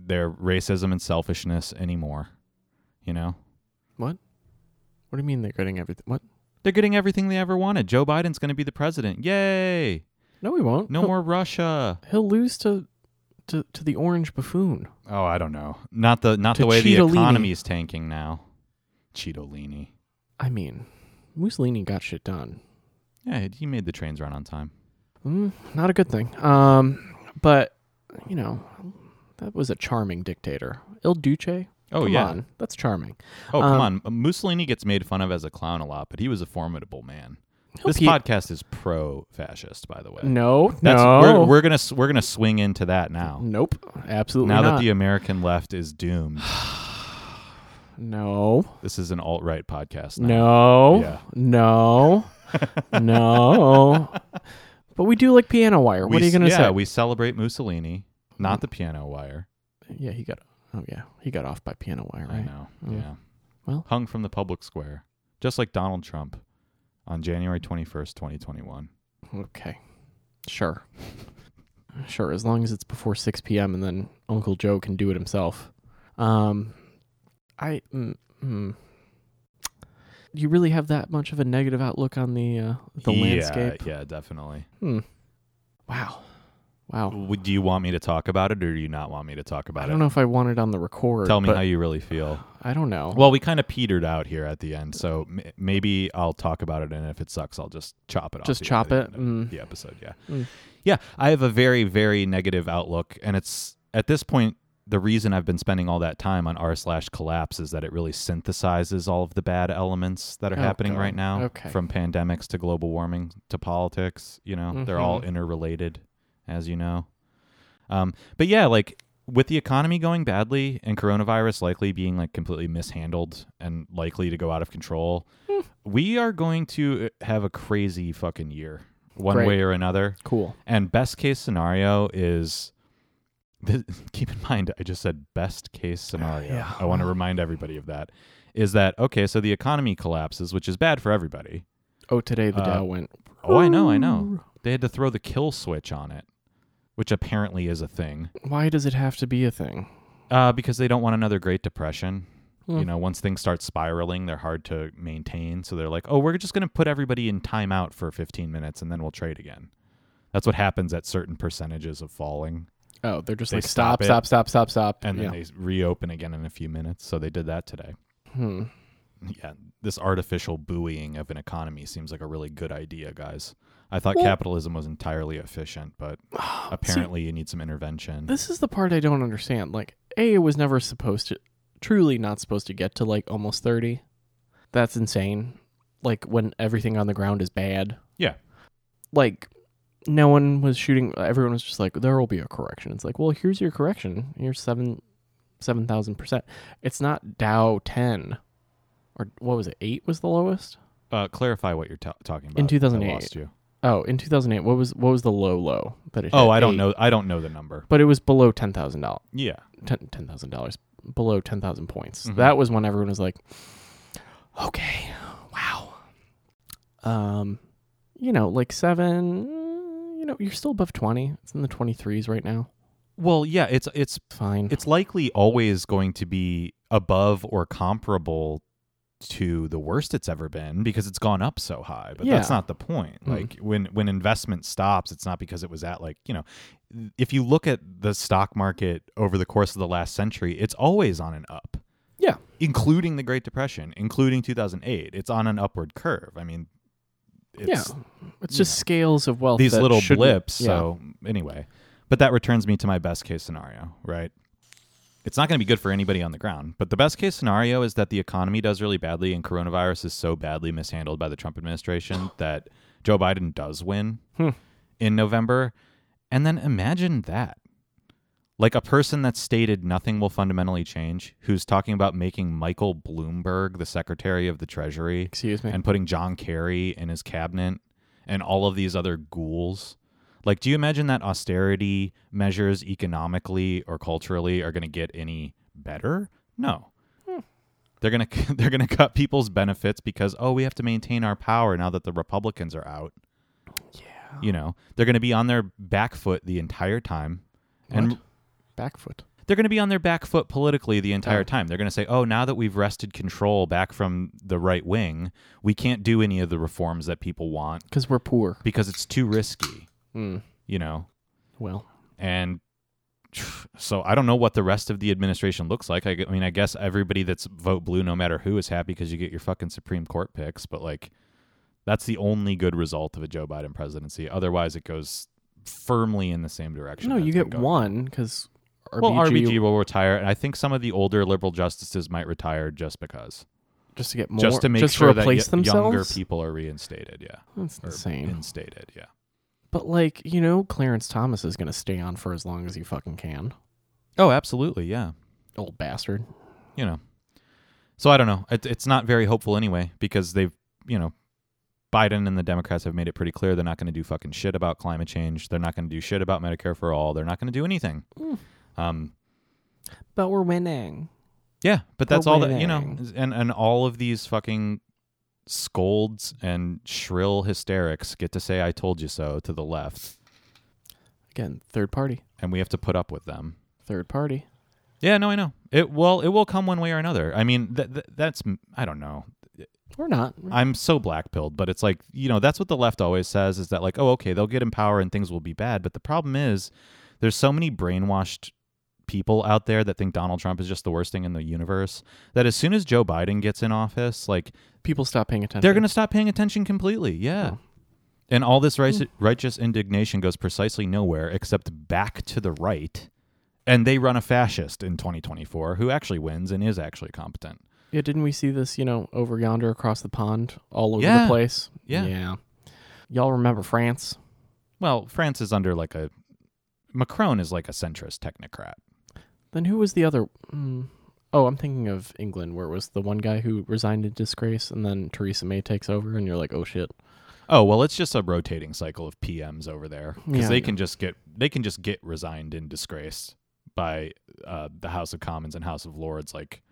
B: their racism and selfishness anymore you know
A: What do you mean they're getting everything? What?
B: they're getting everything they ever wanted joe biden's going to be the president yay
A: No, we won't.
B: no
A: He'll-
B: more russia
A: He'll lose to, to, to the orange buffoon.
B: Oh, I don't know. Not the not
A: To
B: the way
A: Cheetolini.
B: the economy is tanking now. Cheetolini.
A: I mean, Mussolini got shit done.
B: Yeah, he made the trains run on time.
A: Mm, not a good thing. Um, but you know, that was a charming dictator. Il Duce.
B: Oh
A: come
B: yeah.
A: on, that's charming.
B: Oh come
A: Um,
B: on. Mussolini gets made fun of as a clown a lot, but he was a formidable man.
A: He'll
B: This
A: pee-
B: podcast is pro-fascist, by the way.
A: No,
B: That's,
A: no,
B: We're, we're gonna s- we're gonna swing into that now.
A: nope, absolutely
B: Now
A: not.
B: that the uh, American left is doomed,
A: no,
B: this is an alt-right podcast. Now.
A: no,
B: Yeah.
A: no, no. But we do like piano wire. What
B: We
A: are you
B: s-
A: gonna
B: yeah,
A: say? Mm.
B: We celebrate Mussolini, not the piano wire.
A: yeah, he got. Oh yeah, he got off by piano wire.
B: I
A: Right.
B: know.
A: Mm.
B: Yeah.
A: Well.
B: hung from the public square, just like Donald Trump, on January twenty first, twenty twenty one.
A: Okay. Sure. Sure, as long as it's before 6 p.m. and then Uncle Joe can do it himself. Um I mm, mm. You really have that much of a negative outlook on the uh, the
B: yeah,
A: landscape?
B: Yeah, definitely.
A: Hmm. Wow. Wow.
B: Would- Do you want me to talk about it, or do you not want me to talk about
A: Oh. I
B: it?
A: don't know if I want it on the record.
B: Tell me
A: but Oh.
B: how you really feel.
A: I don't know.
B: Well, we kind of petered out here at the end, so m- maybe I'll talk about it, and if it sucks, I'll just chop it off.
A: Just
B: the
A: chop
B: end
A: it.
B: of
A: Mm.
B: The episode, yeah,
A: Mm.
B: yeah. I have a very, very negative outlook, and it's at this point the reason I've been spending all that time on r slash collapse is that it really synthesizes all of the bad elements that are
A: Oh,
B: happening
A: God.
B: right now,
A: Okay.
B: from pandemics to global warming to politics. You know, they're all
A: Mhm.
B: interrelated, as you know. Um, but yeah, like with the economy going badly and coronavirus likely being like completely mishandled and likely to go out of control,
A: Hmm.
B: we are going to uh, have a crazy fucking year, one
A: Great.
B: way or another.
A: Cool.
B: And best case scenario is. th- Keep in mind, I just said best case scenario.
A: Yeah.
B: I want to remind everybody of that. Is that okay? So the economy collapses, which is bad for everybody.
A: Oh, today the
B: Uh,
A: Dow went.
B: Oh, I know, I know. They had to throw the kill switch on it, which apparently is a thing.
A: Why does it have to be a thing?
B: Uh, because they don't want another Great Depression.
A: Hmm.
B: You know, once things start spiraling, they're hard to maintain. So they're like, oh, we're just going to put everybody in timeout for 15 minutes and then we'll trade again. That's what happens at certain percentages of falling.
A: Oh, they're just
B: They
A: like
B: stop
A: stop,
B: it,
A: stop, stop, stop, stop.
B: And then
A: yeah.
B: they reopen again in a few minutes. So they did that today.
A: hmm.
B: Yeah. This artificial buoying of an economy seems like a really good idea, guys. I thought
A: Well- Oh,
B: capitalism was entirely efficient, but apparently you need some intervention.
A: This is the part I don't understand. Like, A, it was never supposed to, truly not supposed to get to like almost 30. That's insane. Like, when everything on the ground is bad.
B: Yeah.
A: Like, no one was shooting, everyone was just like, there will be a correction. It's like, well, here's your correction. Here's seven, 7,000%. It's not Dow 10. Or what was it? Eight was the lowest?
B: Uh, clarify what you're ta- talking about. I
A: 2008.
B: lost you.
A: Oh, in 2008, what was what was the low low that it hit?
B: Oh, I don't
A: Eight.
B: know. I don't know the number.
A: But it was below $10,000.
B: Yeah.
A: ten ten thousand dollars below ten thousand points.
B: Mhm.
A: That was when everyone was like, "Okay, wow." Um, you know, like seven. You know, you're still above twenty. It's in the twenty threes right now.
B: Well, yeah, it's it's
A: Fine.
B: it's likely always going to be above or comparable to the worst it's ever been because it's gone up so high. But that's
A: Yeah.
B: not the point.
A: Mm.
B: Like when when investment stops, it's not because it was at like, you know, if you look at the stock market over the course of the last century, it's always on an up.
A: Yeah.
B: Including the Great Depression, including 2008, it's on an upward curve. I mean,
A: yeah,
B: it's
A: it's just scales of wealth.
B: these
A: that
B: little
A: shouldn't-
B: blips.
A: yeah.
B: So anyway, but that returns me to my best case scenario, right? It's not going to be good for anybody on the ground, but the best case scenario is that the economy does really badly and coronavirus is so badly mishandled by the Trump administration that Joe Biden does win
A: Hmm.
B: in November. And then imagine that. Like a person that stated nothing will fundamentally change, who's talking about making Michael Bloomberg the Secretary of the Treasury
A: excuse me.
B: and putting John Kerry in his cabinet and all of these other ghouls. Like, do you imagine that austerity measures economically or culturally are going to get any better? No.
A: Hmm.
B: They're going to they're going to cut people's benefits because oh, we have to maintain our power now that the Republicans are out.
A: yeah,
B: You know, they're going to be on their back foot the entire time. And
A: What? back foot.
B: they're going to be on their back foot politically the entire
A: Oh.
B: time. They're going to say, "Oh, now that we've wrested control back from the right wing, we can't do any of the reforms that people want
A: Because we're poor.
B: because it's too risky,"
A: Mm.
B: you know.
A: Well,
B: And so I don't know what the rest of the administration looks like. I, g- I mean, I guess everybody that's vote blue, no matter who, is happy because you get your fucking Supreme Court picks. But like, That's the only good result of a Joe Biden presidency. Otherwise, it goes firmly in the same direction.
A: No,
B: that
A: you
B: it's
A: get
B: been going.
A: one because RBG,
B: Well, RBG will retire, and I think some of the older liberal justices might retire just because,
A: just to get more,
B: just to make
A: just
B: sure that
A: replace
B: y-
A: themselves.
B: younger people are reinstated. Yeah,
A: That's
B: or
A: insane.
B: instated. Yeah.
A: But like, you know, Clarence Thomas is gonna stay on for as long as he fucking can.
B: Oh, absolutely. Yeah.
A: Old bastard.
B: you know. So I don't know. It, it's not very hopeful anyway because they've, you know, Biden and the Democrats have made it pretty clear they're not going to do fucking shit about climate change. They're not going to do shit about Medicare for all. They're not going to do anything.
A: Mm.
B: Um,
A: But we're winning.
B: yeah, but that's all that you know.
A: Winning.
B: And and all of these fucking scolds and shrill hysterics get to say "I told you so" to the left,
A: Again, third party.
B: and we have to put up with them.
A: Third party.
B: Yeah, no, I know. It well, it will come one way or another. I mean, th- th- that's I don't know.
A: Or not.
B: I'm so black pilled, but it's like, you know, that's what the left always says is that, like, oh, okay, they'll get in power and things will be bad. But the problem is there's so many brainwashed people out there that think Donald Trump is just the worst thing in the universe that as soon as Joe Biden gets in office, like,
A: People stop paying attention.
B: they're going to stop paying attention completely. Yeah.
A: Oh.
B: And all this
A: Hmm.
B: rice- righteous indignation goes precisely nowhere except back to the right. And they run a fascist in 2024 who actually wins and is actually competent.
A: Yeah, didn't we see this, you know, over yonder across the pond, all over
B: Yeah.
A: the place?
B: Yeah.
A: Yeah. Y'all remember France?
B: Well, France is under like a Macron is like a centrist technocrat.
A: Then who was the other? Mm. Oh, I'm thinking of England, where it was the one guy who resigned in disgrace, and then Theresa May takes over, and you're like, oh shit.
B: Oh well, it's just a rotating cycle of PMs over there because
A: Yeah,
B: they
A: I
B: can just get they can just get resigned in disgrace by uh, the House of Commons and House of Lords. Like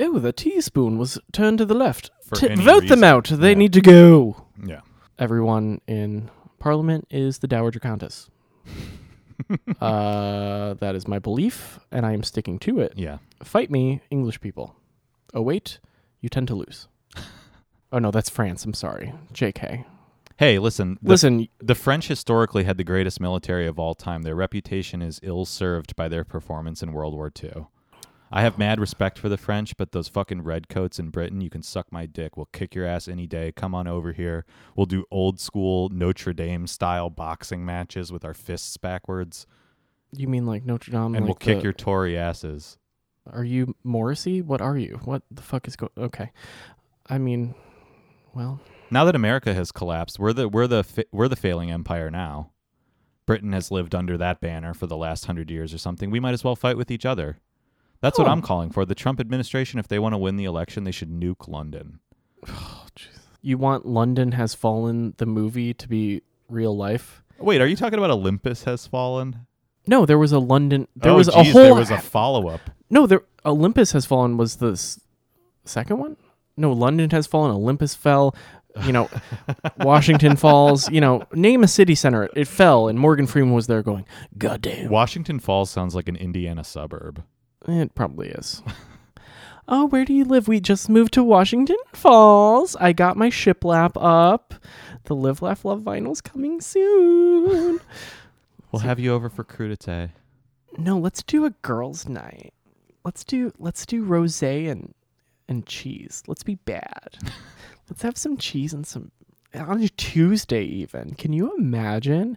A: Oh, the teaspoon was turned to the left.
B: For
A: T-
B: any
A: vote
B: reason.
A: them out. They
B: Yeah.
A: need to go.
B: yeah,
A: Everyone in Parliament is the Dowager Countess. uh, that is my belief, and I am sticking to it.
B: yeah.
A: Fight me, English people. Oh, wait, you tend to lose. oh, no, that's France. I'm sorry. JK.
B: Hey, listen, the,
A: Listen,
B: the French historically had the greatest military of all time. Their reputation is ill served by their performance in World War II. I have mad respect for the French, but those fucking redcoats in Britain, you can suck my dick. We'll kick your ass any day. Come on over here. We'll do old school Notre Dame style boxing matches with our fists backwards,
A: you mean like Notre Dame?
B: and we'll
A: like
B: kick
A: the-
B: your Tory asses.
A: Are you Morrissey? What are you? What the fuck is going? Okay, I mean, well,
B: Now that America has collapsed, we're the we're the fa- we're the failing empire now. Britain has lived under that banner for the last hundred years or something. We might as well fight with each other. That's what
A: Oh.
B: I'm calling for. The Trump administration, if they want to win the election, they should nuke London.
A: you want London has fallen the movie to be real life?
B: Wait, are you talking about Olympus has fallen?
A: No, there was a London. There
B: oh,
A: was a
B: geez,
A: whole.
B: There was a follow up.
A: no, there Olympus has fallen was the s- second one. No, London has fallen. Olympus fell. You know, Washington Falls. You know, name a city center. It fell, and Morgan Freeman was there going, "God damn."
B: Washington Falls sounds like an Indiana suburb.
A: It probably is. oh, where do you live? We just moved to Washington Falls. I got my shiplap up. The Live Laugh Love vinyl's coming soon.
B: We'll have you over for crudite.
A: no, let's do a girls' night. Let's do let's do rosé and and cheese. Let's be bad. let's have some cheese and some on a Tuesday even. Can you imagine?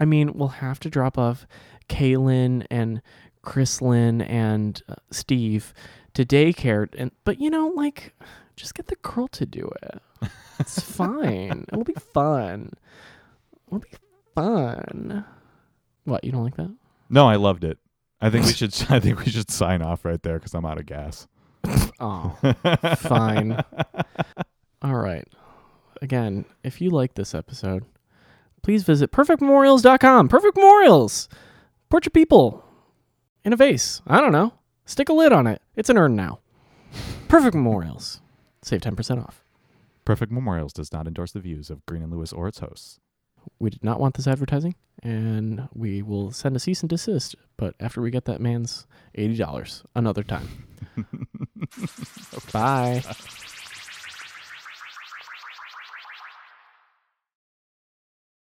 A: I mean, we'll have to drop off Kaylin and Chrislyn and uh, Steve to daycare, and but you know, like, just get the girl to do it. It's fine. It'll be fun. It'll be fun. What you don't like that?
B: No, I loved it. I think we should. I think we should sign off right there because I'm out of gas.
A: Oh, fine. All right. Again, if you like this episode, please visit perfectmemorials.com. Perfect Memorials! Portrait people in a vase. I don't know. Stick a lid on it. It's an urn now. Perfect Memorials. Save 10% off.
B: Perfect Memorials does not endorse the views of Green and Lewis or its hosts.
A: We did not want this advertising, and we will send a cease and desist, but after we get that man's $80 another time. Bye.